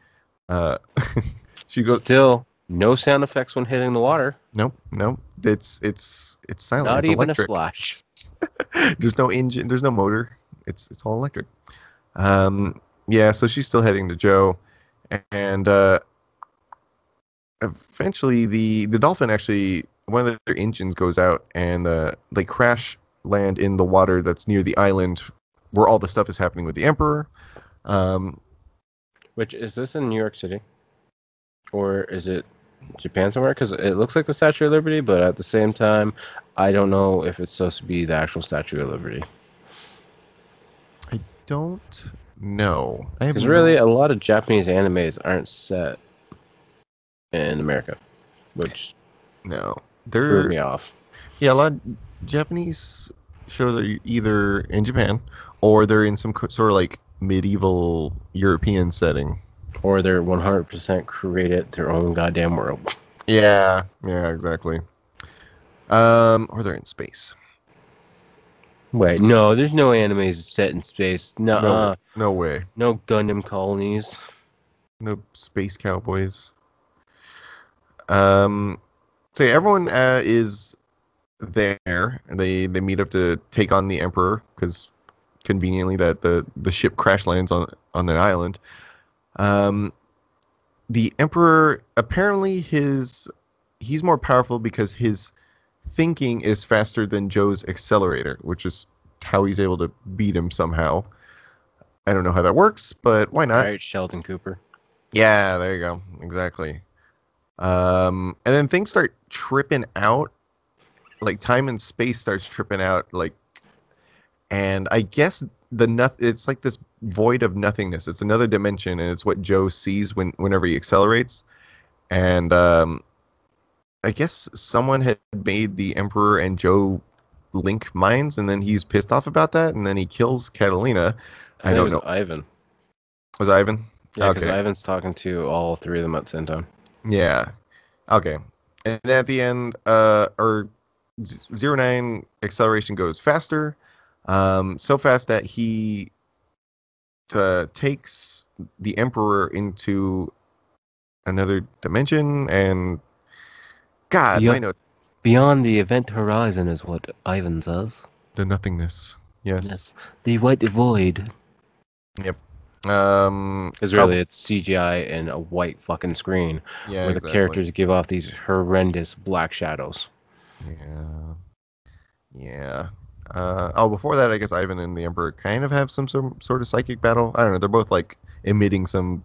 [SPEAKER 6] Uh, she goes,
[SPEAKER 7] Still, no sound effects when hitting the water.
[SPEAKER 6] nope, nope. It's it's it's silent.
[SPEAKER 7] not
[SPEAKER 6] it's
[SPEAKER 7] even
[SPEAKER 6] electric.
[SPEAKER 7] a splash.
[SPEAKER 6] there's no engine there's no motor it's it's all electric um yeah so she's still heading to joe and uh eventually the the dolphin actually one of their engines goes out and uh they crash land in the water that's near the island where all the stuff is happening with the emperor um
[SPEAKER 7] Which, is this in New York City? Or is it Japan somewhere? Because it looks like the Statue of Liberty, but at the same time, I don't know if it's supposed to be the actual Statue of Liberty.
[SPEAKER 6] don't know i have
[SPEAKER 7] Because
[SPEAKER 6] no-
[SPEAKER 7] really, a lot of Japanese animes aren't set in America, which
[SPEAKER 6] no
[SPEAKER 7] threw
[SPEAKER 6] they're
[SPEAKER 7] me off.
[SPEAKER 6] Yeah, a lot of Japanese shows are either in Japan or they're in some co- sort of like medieval European setting.
[SPEAKER 7] Or they're 100% created their own goddamn world.
[SPEAKER 6] Yeah, yeah, exactly. Um, or they're in space.
[SPEAKER 7] Wait, no, there's no animes set in space. No,
[SPEAKER 6] No,
[SPEAKER 7] uh,
[SPEAKER 6] no way.
[SPEAKER 7] no Gundam colonies.
[SPEAKER 6] No space cowboys. Um, so yeah, everyone uh, is there. They they meet up to take on the emperor because conveniently that the the ship crash lands on on an island. Um, the emperor apparently his he's more powerful because his thinking is faster than Joe's accelerator, which is how he's able to beat him somehow. I don't know how that works, but why not?
[SPEAKER 7] right, Sheldon Cooper.
[SPEAKER 6] Yeah, there you go. Exactly. Um, and then things start tripping out. Like time and space starts tripping out. Like, and I guess the noth- It's like this void of nothingness. It's another dimension, and it's what Joe sees when whenever he accelerates. And um, I guess someone had made the Emperor and Joe link minds, and then he's pissed off about that, and then he kills Catalina. I
[SPEAKER 7] think
[SPEAKER 6] don't
[SPEAKER 7] it
[SPEAKER 6] know.
[SPEAKER 7] was Ivan.
[SPEAKER 6] Was it Ivan?
[SPEAKER 7] Yeah, because
[SPEAKER 6] Okay.
[SPEAKER 7] Ivan's talking to all three of them at the same time.
[SPEAKER 6] Yeah. Okay. And then at the end, uh, or z- zero nine acceleration goes faster, um, so fast that he uh, takes the emperor into another dimension. And God,
[SPEAKER 7] Yep.
[SPEAKER 6] I know
[SPEAKER 7] Beyond the event horizon is what Ivan says.
[SPEAKER 6] the nothingness. Yes.
[SPEAKER 7] The white void.
[SPEAKER 6] Um,
[SPEAKER 7] Because really, it's CGI and a white fucking screen
[SPEAKER 6] yeah,
[SPEAKER 7] where the
[SPEAKER 6] exactly.
[SPEAKER 7] characters give off these horrendous black shadows.
[SPEAKER 6] Yeah. Yeah. Uh, oh, before that, I guess Ivan and the Emperor kind of have some, some sort of psychic battle. I don't know. They're both like emitting some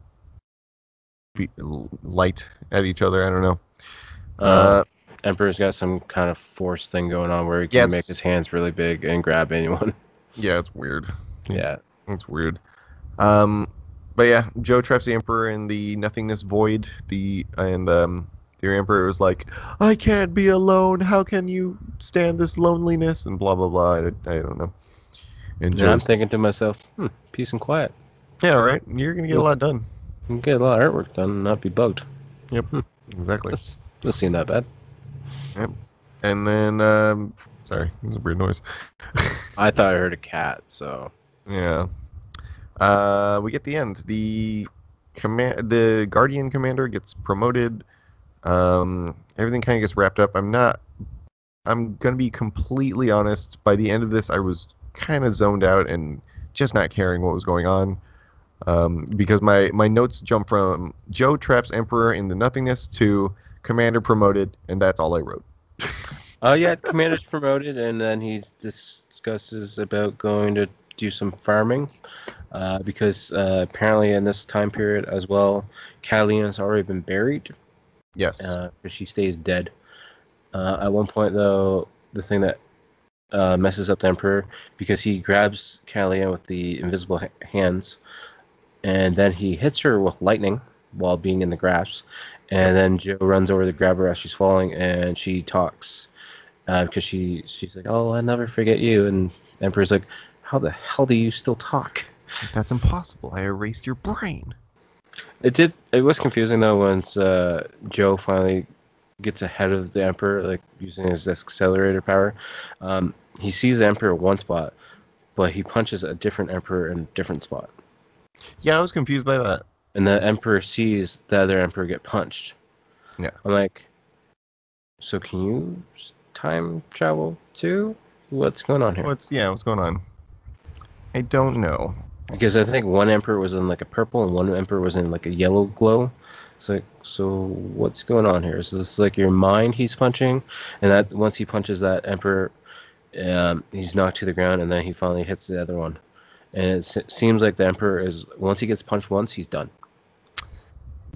[SPEAKER 6] be- l- light at each other. I don't know.
[SPEAKER 7] Uh,
[SPEAKER 6] Uh,
[SPEAKER 7] Emperor's got some kind of force thing going on where he can
[SPEAKER 6] Yes.
[SPEAKER 7] make his hands really big and grab anyone.
[SPEAKER 6] yeah, it's weird.
[SPEAKER 7] yeah.
[SPEAKER 6] It's weird. Um, but yeah, Joe traps the Emperor in the nothingness void. The and um, the Emperor was like, "I can't be alone. How can you stand this loneliness?" And blah blah blah. I, don't- I don't know. And
[SPEAKER 7] And I'm
[SPEAKER 6] Joe's,
[SPEAKER 7] thinking to myself, hmm, peace and quiet.
[SPEAKER 6] yeah, right. You're gonna get a lot done.
[SPEAKER 7] You can get a lot of artwork done and not be bugged.
[SPEAKER 6] Exactly.
[SPEAKER 7] This, this seemed that bad.
[SPEAKER 6] And then, um, sorry, it was a weird noise.
[SPEAKER 7] I thought I heard a cat, so.
[SPEAKER 6] Yeah. Uh, we get the end. The command, the guardian commander gets promoted. Um, everything kind of gets wrapped up. I'm not. I'm gonna be completely honest. By the end of this, I was kind of zoned out and just not caring what was going on. Um, because my my notes jump from Joe traps Emperor in the nothingness to Commander promoted, and that's all I wrote.
[SPEAKER 7] Oh, yeah, commander's promoted, and then he discusses about going to do some farming. Uh, because uh, apparently, in this time period as well, Catalina has already been buried.
[SPEAKER 6] Yes.
[SPEAKER 7] uh, 'cause she stays dead. Uh, at one point, though, the thing that uh, messes up the Emperor because he grabs Calia with the invisible ha- hands, and then he hits her with lightning while being in the grasp, and then Joe runs over to grab her as she's falling, and she talks uh, because she she's like, "Oh, I'll never forget you," and Emperor's like, "How the hell do you still talk?"
[SPEAKER 6] That's impossible. I erased your brain.
[SPEAKER 7] It did. It was confusing though once uh, Joe finally gets ahead of the Emperor, like using his accelerator power. Um, he sees the Emperor at one spot, but he punches a different Emperor in a different spot,
[SPEAKER 6] Yeah, I was confused by that.
[SPEAKER 7] and the Emperor sees the other Emperor get punched.
[SPEAKER 6] Yeah.
[SPEAKER 7] I'm like, so can you s- time travel too? What's going on here?
[SPEAKER 6] What's yeah, what's going on? I don't know.
[SPEAKER 7] Because I think one Emperor was in like a purple and one Emperor was in like a yellow glow. It's like, so what's going on here? Is this like your mind he's punching? And that once he punches that Emperor, um, he's knocked to the ground and then he finally hits the other one. And it se- seems like the Emperor is, once he gets punched once, he's done.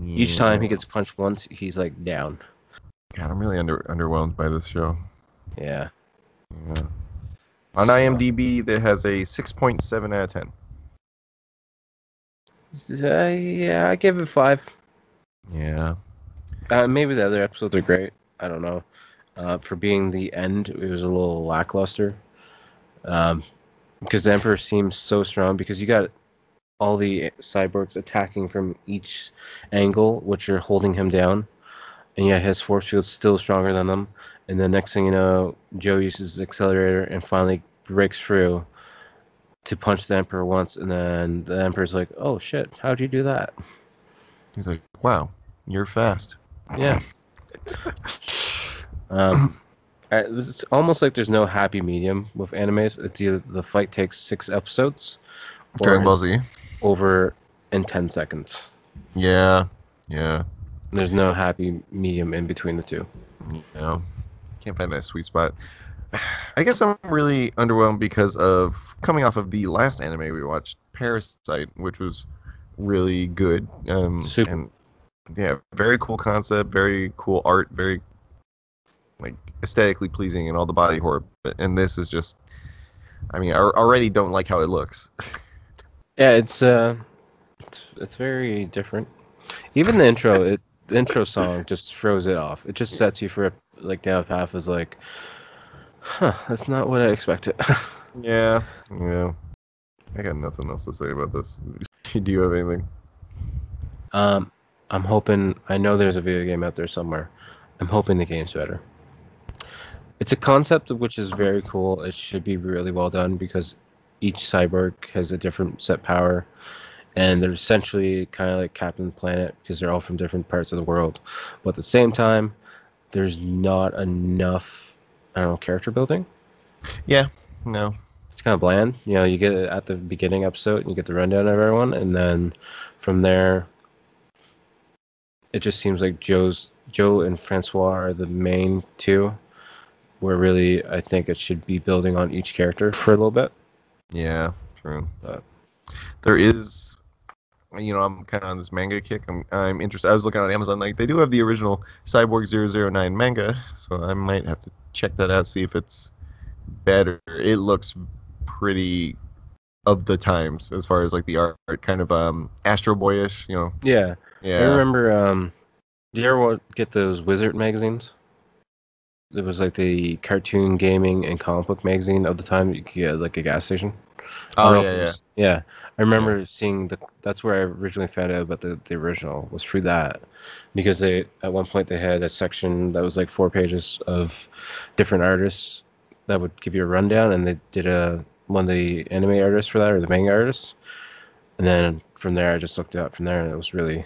[SPEAKER 7] Each time he
[SPEAKER 6] Yeah.
[SPEAKER 7] gets punched once, he's like down.
[SPEAKER 6] God, I'm really under underwhelmed by this show.
[SPEAKER 7] Yeah.
[SPEAKER 6] Yeah. On IMDb, that has a 6.7 out of 10.
[SPEAKER 7] Uh, yeah, I give it five.
[SPEAKER 6] Yeah.
[SPEAKER 7] Uh, maybe the other episodes are great. I don't know. Uh, for being the end, it was a little lackluster. Um, because the Emperor seems so strong. Because you got all the cyborgs attacking from each angle, which are holding him down. And yet his force field's still stronger than them. And the next thing you know, Joe uses his accelerator and finally breaks through to punch the Emperor once. And then the Emperor's like, oh shit, how'd you do that?
[SPEAKER 6] He's like, wow, you're fast.
[SPEAKER 7] Yeah. um, I- it's almost like there's no happy medium with animes. It's either the fight takes six episodes, or
[SPEAKER 6] Dragon Ball Z.
[SPEAKER 7] it's over in ten seconds.
[SPEAKER 6] Yeah. Yeah.
[SPEAKER 7] There's no happy medium in between the two.
[SPEAKER 6] Yeah. Can't find that sweet spot. I guess I'm really underwhelmed because of coming off of the last anime we watched, Parasite, which was really good. Um,
[SPEAKER 7] Super.
[SPEAKER 6] And yeah, very cool concept, very cool art, very like aesthetically pleasing, and all the body horror. But, and this is just, I mean, I already don't like how it looks.
[SPEAKER 7] Yeah, it's uh, it's, it's very different. Even the intro, it the intro song just throws it off. It just sets you for a, like down a path is like, huh, that's not what I expected.
[SPEAKER 6] Yeah. Yeah. I got nothing else to say about this. Do you have anything?
[SPEAKER 7] Um, I'm hoping. I know there's a video game out there somewhere. I'm hoping the game's better. It's a concept which is very cool. It should be really well done because each cyborg has a different set power, and they're essentially kind of like Captain Planet because they're all from different parts of the world. But at the same time, there's not enough, I don't know, character building.
[SPEAKER 6] No.
[SPEAKER 7] It's kind of bland. You know, you get it at the beginning episode and you get the rundown of everyone, and then from there, it just seems like Joe's Joe and Francois are the main two. Where really, I think it should be building on each character for a little bit.
[SPEAKER 6] Yeah. True.
[SPEAKER 7] But-
[SPEAKER 6] there is, you know, I'm kind of on this manga kick. I'm, I'm interested. I was looking on Amazon. Like they do have the original Cyborg 009 manga, so I might have to check that out. See if it's better. It looks pretty of the times as far as like the art, kind of um Astro Boyish. You know.
[SPEAKER 7] Yeah,
[SPEAKER 6] Yeah.
[SPEAKER 7] I remember. Um, did you ever wa- get those Wizard magazines? It was like the cartoon, gaming, and comic book magazine of the time. that You could get at, like a gas station. I
[SPEAKER 6] oh
[SPEAKER 7] don't know
[SPEAKER 6] yeah,
[SPEAKER 7] if it
[SPEAKER 6] yeah.
[SPEAKER 7] was- yeah. I remember seeing the. That's where I originally found out about the, the original was through that, because they at one point they had a section that was like four pages of different artists that would give you a rundown, and they did a one of the anime artists for that or the manga artists, and then from there I just looked it up from there, and it was really,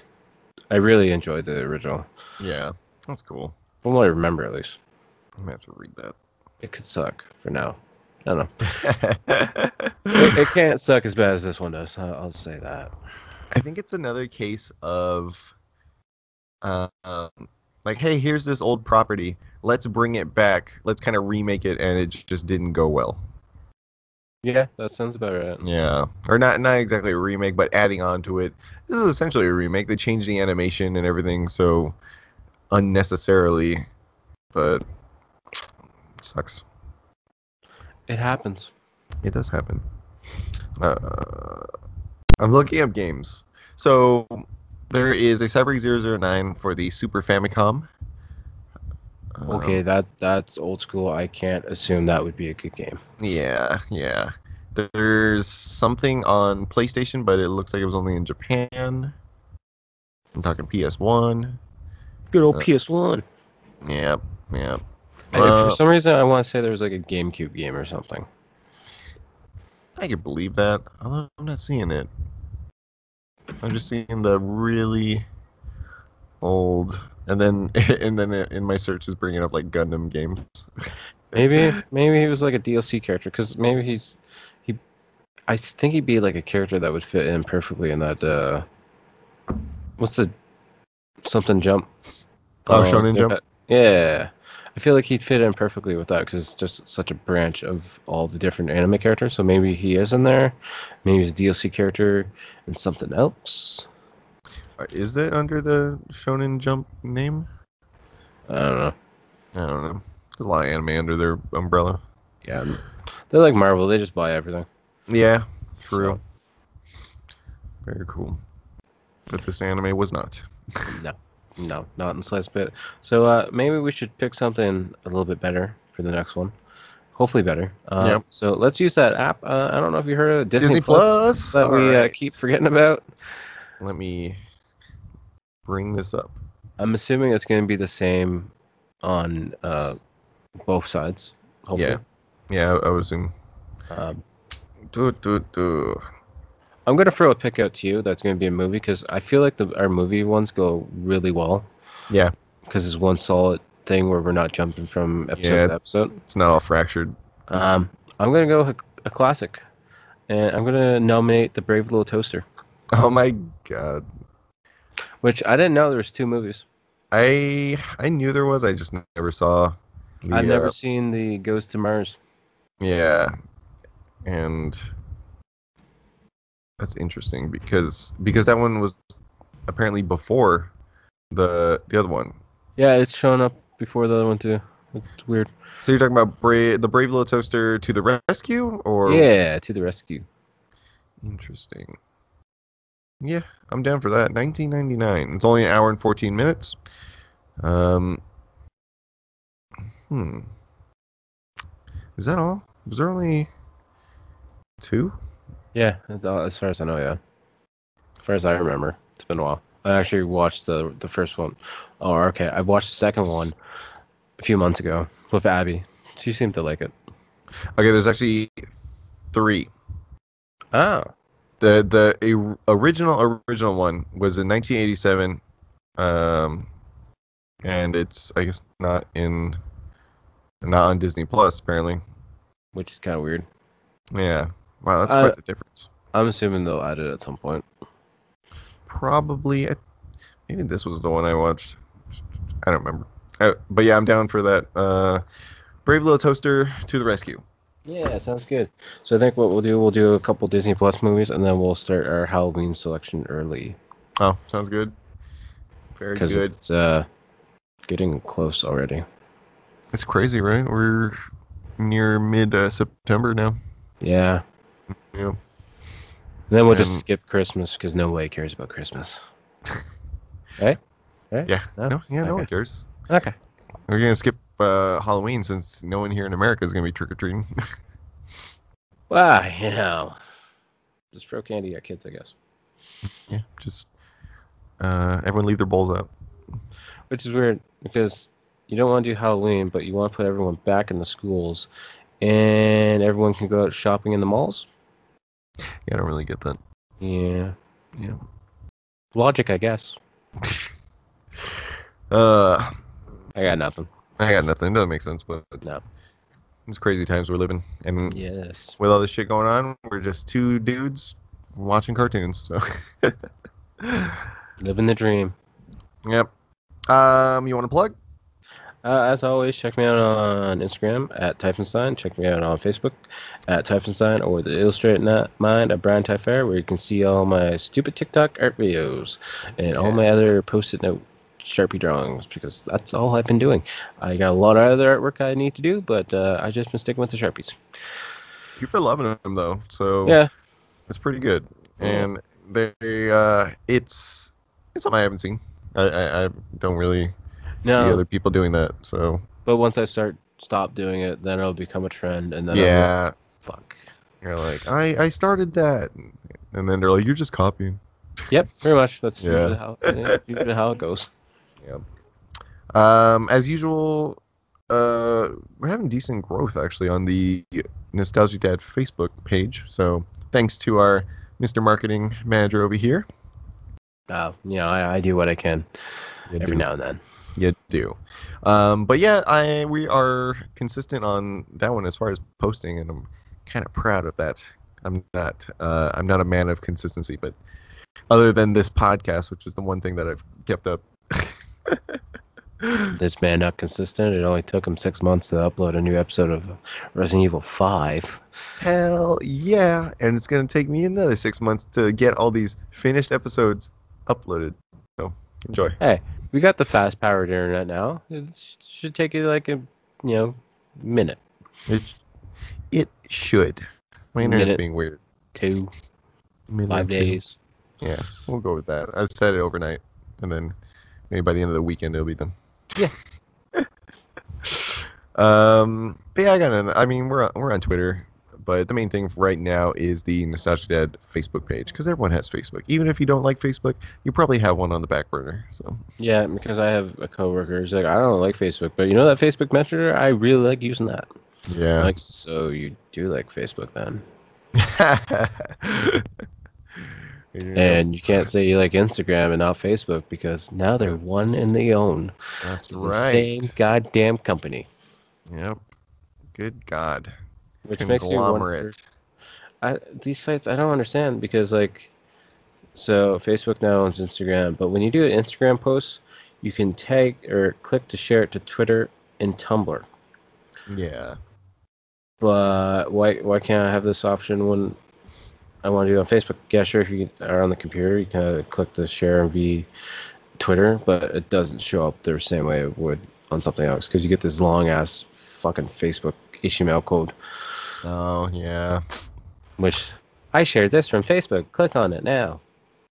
[SPEAKER 7] I really enjoyed the original,
[SPEAKER 6] Yeah. That's cool.
[SPEAKER 7] from what I remember at least.
[SPEAKER 6] I'm gonna have to read that.
[SPEAKER 7] It could suck for now. I don't know. It,
[SPEAKER 6] I
[SPEAKER 7] it can't suck as bad as this one does. I'll, I'll say that.
[SPEAKER 6] think it's another case of, uh, um, like, hey, here's this old property. Let's bring it back. Let's kind of remake it, and it j- just didn't go well.
[SPEAKER 7] Yeah, that sounds about right.
[SPEAKER 6] Yeah, or not not exactly a remake, but adding on to it. This is essentially a remake. They changed the animation and everything so unnecessarily, but it sucks.
[SPEAKER 7] It happens.
[SPEAKER 6] It does happen. Uh, I'm looking up games. So there is a Cyber 009 for the Super Famicom. Um,
[SPEAKER 7] Okay, that that's old school. I can't assume that would be a good game.
[SPEAKER 6] yeah, yeah. There's something on PlayStation, but it looks like it was only in Japan. I'm talking PS1.
[SPEAKER 7] Good old
[SPEAKER 6] Uh,
[SPEAKER 7] PS One.
[SPEAKER 6] Yep, yep.
[SPEAKER 7] for
[SPEAKER 6] Uh,
[SPEAKER 7] some reason, I want to say there was like a GameCube game or something.
[SPEAKER 6] I could believe that. although I'm not seeing it. I'm just seeing the really old, and then and then in my search is bringing up like Gundam games.
[SPEAKER 7] Maybe maybe he was like a DLC character because maybe he's he. I think he'd be like a character that would fit in perfectly in that. uh What's the something jump?
[SPEAKER 6] Oh,
[SPEAKER 7] Uh,
[SPEAKER 6] Shonen Jump.
[SPEAKER 7] Yeah, I feel like he'd fit in perfectly with that because it's just such a branch of all the different anime characters. So maybe he is in there. Maybe he's a DLC character and something else.
[SPEAKER 6] Is that under the Shonen Jump name?
[SPEAKER 7] I don't know.
[SPEAKER 6] I don't know. There's a lot of anime under their umbrella.
[SPEAKER 7] Yeah, I'm- they're like Marvel. They just buy everything.
[SPEAKER 6] Yeah, true. Very cool. But this anime was not.
[SPEAKER 7] So, no, no, not in the slightest bit. So uh, maybe we should pick something a little bit better for the next one. Hopefully better. Uh,
[SPEAKER 6] Yep.
[SPEAKER 7] So let's use that app. Uh, I don't know if you heard of it, Disney,
[SPEAKER 6] Disney Plus.
[SPEAKER 7] Plus, that we uh,
[SPEAKER 6] Alright.
[SPEAKER 7] keep forgetting about.
[SPEAKER 6] Let me bring this up.
[SPEAKER 7] I'm assuming it's going to be the same on uh, both sides. Hopefully.
[SPEAKER 6] Yeah, I, I was in.
[SPEAKER 7] Um,
[SPEAKER 6] Do, do, do.
[SPEAKER 7] I'm going to throw a pick out to you that's going to be a movie because I feel like the, our movie ones go really well.
[SPEAKER 6] Yeah.
[SPEAKER 7] Because it's one solid thing where we're not jumping from episode
[SPEAKER 6] Yeah.
[SPEAKER 7] to episode.
[SPEAKER 6] It's not all fractured.
[SPEAKER 7] Um, I'm going to go with a classic. And I'm going to nominate The Brave Little Toaster,
[SPEAKER 6] Oh my god.
[SPEAKER 7] which I didn't know there was two movies.
[SPEAKER 6] I I knew there was. I just never saw. the,
[SPEAKER 7] I've never
[SPEAKER 6] uh,
[SPEAKER 7] seen the Goes to Mars.
[SPEAKER 6] yeah, and that's interesting because because that one was apparently before the the other one.
[SPEAKER 7] Yeah, it's shown up before the other one too. It's weird.
[SPEAKER 6] So you're talking about Bra- the Brave Little Toaster to the rescue, or
[SPEAKER 7] Yeah, to the rescue.
[SPEAKER 6] Interesting. Yeah, I'm down for that. 1999. It's only an hour and 14 minutes. Um. Hmm. Is that all? Was there only two?
[SPEAKER 7] Yeah, as- uh, as far as I know, yeah. As far as I remember, it's been a while. I actually watched the the first one. Oh, okay. I watched the second one a few months ago with Abby. She seemed to like it.
[SPEAKER 6] Okay, there's actually three.
[SPEAKER 7] Oh,
[SPEAKER 6] The the or- original original one was in 1987, um, and it's I guess not in, not on Disney Plus apparently.
[SPEAKER 7] which is kind of weird.
[SPEAKER 6] Yeah, wow, that's
[SPEAKER 7] Uh,
[SPEAKER 6] quite the difference.
[SPEAKER 7] I'm assuming they'll add it at some point.
[SPEAKER 6] Probably, I- maybe this was the one I watched. I don't remember. Uh, but yeah, I'm down for that. Uh, Brave little toaster to the rescue.
[SPEAKER 7] Yeah, sounds good. So I think what we'll do, we'll do a couple Disney Plus movies, and then we'll start our Halloween selection early
[SPEAKER 6] Oh, sounds good. Very
[SPEAKER 7] because
[SPEAKER 6] good.
[SPEAKER 7] it's uh, getting close already.
[SPEAKER 6] It's crazy, right? We're near mid uh, September now.
[SPEAKER 7] Yeah,
[SPEAKER 6] Yeah.
[SPEAKER 7] and then we'll just
[SPEAKER 6] And-
[SPEAKER 7] skip Christmas because nobody cares about Christmas.
[SPEAKER 6] Yeah.
[SPEAKER 7] No?
[SPEAKER 6] No. Yeah. No one
[SPEAKER 7] Okay.
[SPEAKER 6] cares.
[SPEAKER 7] Okay.
[SPEAKER 6] We're gonna skip uh, Halloween since no one here in America is gonna be trick or treating.
[SPEAKER 7] Wow, you know, just throw candy at kids, I guess.
[SPEAKER 6] yeah. Just uh, everyone leave their bowls out.
[SPEAKER 7] Which is weird because you don't want to do Halloween, but you want to put everyone back in the schools, and everyone can go out shopping in the malls.
[SPEAKER 6] Yeah. I don't really get that.
[SPEAKER 7] Yeah,
[SPEAKER 6] Yeah.
[SPEAKER 7] logic, I guess.
[SPEAKER 6] Uh,
[SPEAKER 7] I got nothing.
[SPEAKER 6] I got nothing. It doesn't make sense, but
[SPEAKER 7] No.
[SPEAKER 6] it's crazy times we're living, and
[SPEAKER 7] Yes.
[SPEAKER 6] with all this shit going on, we're just two dudes watching cartoons. So.
[SPEAKER 7] Living the dream.
[SPEAKER 6] yep. Um, you want to plug?
[SPEAKER 7] Uh, as always, check me out on Instagram at Typhonstein. Check me out on Facebook at Typhonstein or the Illustrate Not Mind at Brian Tyfair, where you can see all my stupid TikTok art videos and all my other post-it note Sharpie drawings because that's all I've been doing. I got a lot of other artwork I need to do, but uh, I just been sticking with the Sharpies.
[SPEAKER 6] People are loving them though, so
[SPEAKER 7] Yeah,
[SPEAKER 6] it's pretty good.
[SPEAKER 7] Yeah.
[SPEAKER 6] And they, uh, it's it's something I haven't seen. I, I, I don't really see
[SPEAKER 7] no.
[SPEAKER 6] other people doing that. So
[SPEAKER 7] But once I start stop doing it, then it'll become a trend, and then I'm like,
[SPEAKER 6] yeah,
[SPEAKER 7] fuck.
[SPEAKER 6] you're like I I started that, and then they're like you're just copying.
[SPEAKER 7] Yep, pretty much. That's
[SPEAKER 6] Yeah.
[SPEAKER 7] usually how yeah, usually how it goes.
[SPEAKER 6] Um, as usual, uh, we're having decent growth actually on the Nostalgia Dad Facebook page. So thanks to our Mr. Marketing Manager over here.
[SPEAKER 7] Uh, you know, I, I do what I can every now and then.
[SPEAKER 6] You do. Um, but yeah, I we are consistent on that one as far as posting, and I'm kind of proud of that. I'm not uh, I'm not a man of consistency, but other than this podcast, which is the one thing that I've kept up.
[SPEAKER 7] This man not consistent. It only took him six months to upload a new episode of Resident Evil Five.
[SPEAKER 6] Hell yeah! And it's gonna take me another six months to get all these finished episodes uploaded. So enjoy.
[SPEAKER 7] We got the fast powered internet now. It sh- should take you like a you know minute,
[SPEAKER 6] It it should. My internet's
[SPEAKER 7] Minute.
[SPEAKER 6] being weird.
[SPEAKER 7] two,
[SPEAKER 6] Minute
[SPEAKER 7] five
[SPEAKER 6] or two.
[SPEAKER 7] days.
[SPEAKER 6] Yeah, we'll go with that. I set it overnight, and then maybe by the end of the weekend it'll be done.
[SPEAKER 7] Yeah.
[SPEAKER 6] um. But yeah, I got. An, I mean, we're on, we're on Twitter, but the main thing right now is the Nostalgia Dad Facebook page because everyone has Facebook. Even if you don't like Facebook, you probably have one on the back burner. So
[SPEAKER 7] Yeah, because I have a coworker who's like, I don't like Facebook, but you know that Facebook Messenger, I really like using that.
[SPEAKER 6] yeah.
[SPEAKER 7] I'm Like, so you do like Facebook then?
[SPEAKER 6] Yeah,
[SPEAKER 7] And you can't say you like Instagram and not Facebook because now they're one and they own
[SPEAKER 6] that's
[SPEAKER 7] the
[SPEAKER 6] right.
[SPEAKER 7] same goddamn company.
[SPEAKER 6] Yep. Good God.
[SPEAKER 7] which makes you wonder.
[SPEAKER 6] Conglomerate.
[SPEAKER 7] I, these sites I don't understand because like, so Facebook now owns Instagram, but when you do an Instagram post, you can tag or click to share it to Twitter and Tumblr.
[SPEAKER 6] Yeah.
[SPEAKER 7] But why why can't I have this option when I want to do it on Facebook? Yeah, sure. If you are on the computer, you can click the share and via Twitter, but it doesn't show up the same way it would on something else because you get this long ass fucking Facebook HTML code.
[SPEAKER 6] Oh yeah.
[SPEAKER 7] which I shared this from Facebook. Click on it now.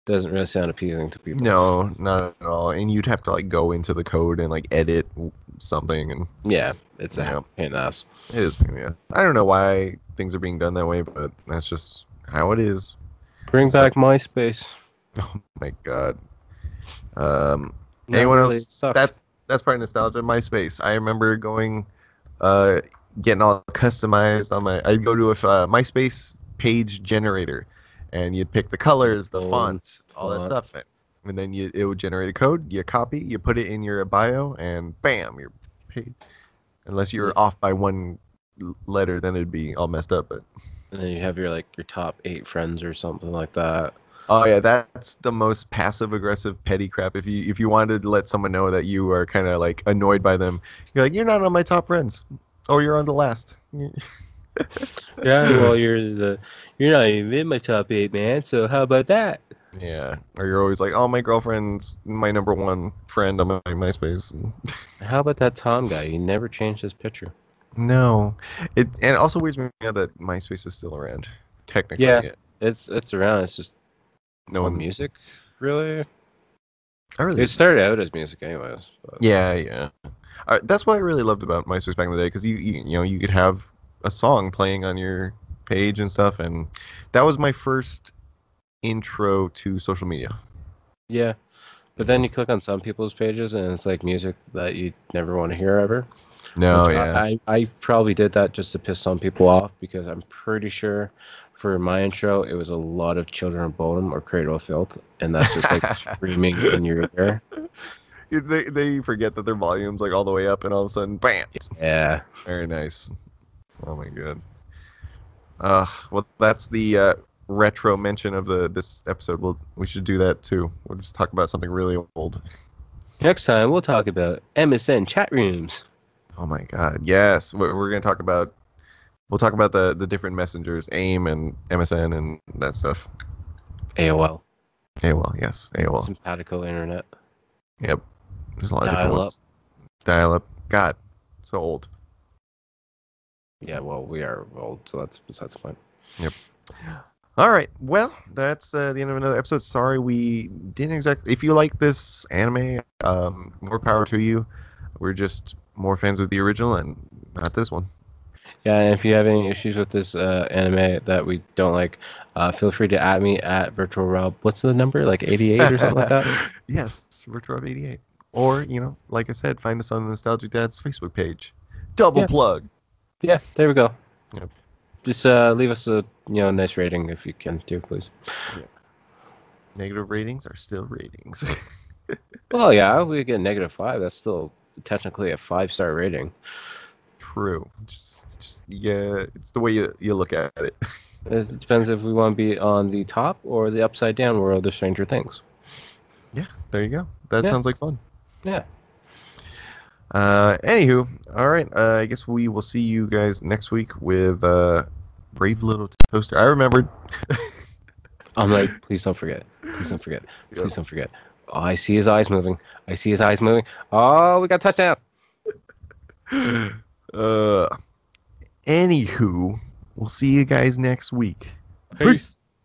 [SPEAKER 7] Doesn't really sound appealing to people.
[SPEAKER 6] No, not at all. And you'd have to like go into the code and like edit w- something, and
[SPEAKER 7] Yeah, it's a
[SPEAKER 6] Yeah.
[SPEAKER 7] pain in the ass.
[SPEAKER 6] it is pain in the ass. I don't know why things are being done that way, but that's just how it is.
[SPEAKER 7] Bring
[SPEAKER 6] So-
[SPEAKER 7] back MySpace.
[SPEAKER 6] Oh my god. Um,
[SPEAKER 7] Not
[SPEAKER 6] Anyone
[SPEAKER 7] really,
[SPEAKER 6] else?
[SPEAKER 7] it sucked.
[SPEAKER 6] that's that's part of nostalgia. MySpace. I remember going, uh, getting all customized on my. I'd go to a f- uh, MySpace page generator, and you'd pick the colors, the
[SPEAKER 7] Oh,
[SPEAKER 6] fonts, all that
[SPEAKER 7] font.
[SPEAKER 6] stuff, and- and then you, it would generate a code. You copy, you put it in your bio, and bam, you're paid. Unless you were off by one l- letter, then it'd be all messed up. But
[SPEAKER 7] And then you have your like your top eight friends or something like that.
[SPEAKER 6] Oh yeah, that's the most passive aggressive petty crap. If you if you wanted to let someone know that you are kind of like annoyed by them, you're like, you're not on my top friends, or you're on the last.
[SPEAKER 7] Yeah, well you're the you're not even in my top eight, man. So how about that?
[SPEAKER 6] Yeah, or you're always like, oh my girlfriend's my number one friend on my MySpace.
[SPEAKER 7] How about that Tom guy? He never changed his picture.
[SPEAKER 6] No, it and it also weirds me out that MySpace is still around. Technically,
[SPEAKER 7] Yeah. Mm. It's it's around. It's just
[SPEAKER 6] No
[SPEAKER 7] on
[SPEAKER 6] one.
[SPEAKER 7] music, really.
[SPEAKER 6] I really
[SPEAKER 7] It started out as music, anyways. But
[SPEAKER 6] Yeah, yeah. Uh, that's what I really loved about MySpace back in the day because you, you you know you could have a song playing on your page and stuff, and that was my first intro to social media.
[SPEAKER 7] yeah. But then you click on some people's pages and it's like music that you never want to hear ever.
[SPEAKER 6] No,
[SPEAKER 7] Which I, I, I probably did that just to piss some people off because I'm pretty sure for my intro it was a lot of Children of Bodom or Cradle of Filth, and that's just like screaming in your ear.
[SPEAKER 6] they they forget that their volume's like all the way up, and all of a sudden, bam!
[SPEAKER 7] Yeah.
[SPEAKER 6] Very nice. Oh my god. Uh, well, that's the uh, retro mention of the this episode. We'll we should do that too. We'll just talk about something really old.
[SPEAKER 7] Next time we'll talk about MSN chat rooms.
[SPEAKER 6] Oh my God! Yes, we're, we're gonna talk about. We'll talk about the the different messengers, AIM and MSN and that stuff.
[SPEAKER 7] AOL.
[SPEAKER 6] AOL, yes, AOL.
[SPEAKER 7] Simpatico internet.
[SPEAKER 6] Yep. There's a lot of different
[SPEAKER 7] Dial-up.
[SPEAKER 6] ones. Dial up. God, so old.
[SPEAKER 7] Yeah, well we are old, so that's besides the point.
[SPEAKER 6] All right. Well, that's uh, the end of another episode. Sorry we didn't exactly. If you like this anime, um, more power to you. We're just more fans of the original and not this one.
[SPEAKER 7] Yeah, and if you have any issues with this uh, anime that we don't like, uh, feel free to at me at Virtual Rob. What's the number? Like 88 or something like that?
[SPEAKER 6] Yes, it's Retro of 88. Or, you know, like I said, find us on the Nostalgic Dad's Facebook page. Double
[SPEAKER 7] Yeah.
[SPEAKER 6] plug.
[SPEAKER 7] Yeah, there we go.
[SPEAKER 6] Yep.
[SPEAKER 7] Just uh, leave us a you know nice rating if you can too, please.
[SPEAKER 6] Negative ratings are still ratings.
[SPEAKER 7] Well, yeah, we get negative five. That's still technically a five star rating.
[SPEAKER 6] True. Just, just yeah, it's the way you, you look at it.
[SPEAKER 7] It depends if we want to be on the top or the upside down world of Stranger Things.
[SPEAKER 6] There you go. That
[SPEAKER 7] Yeah.
[SPEAKER 6] sounds like fun.
[SPEAKER 7] Yeah.
[SPEAKER 6] Uh, anywho, all right. Uh, I guess we will see you guys next week with uh, Brave Little Toaster. I remembered.
[SPEAKER 7] I'm like, please don't forget. Please don't forget.
[SPEAKER 6] Yeah.
[SPEAKER 7] Please don't forget. Oh, I see his eyes moving. I see his eyes moving. Oh, we got touchdown.
[SPEAKER 6] Uh, anywho, we'll see you guys next week.
[SPEAKER 7] Peace.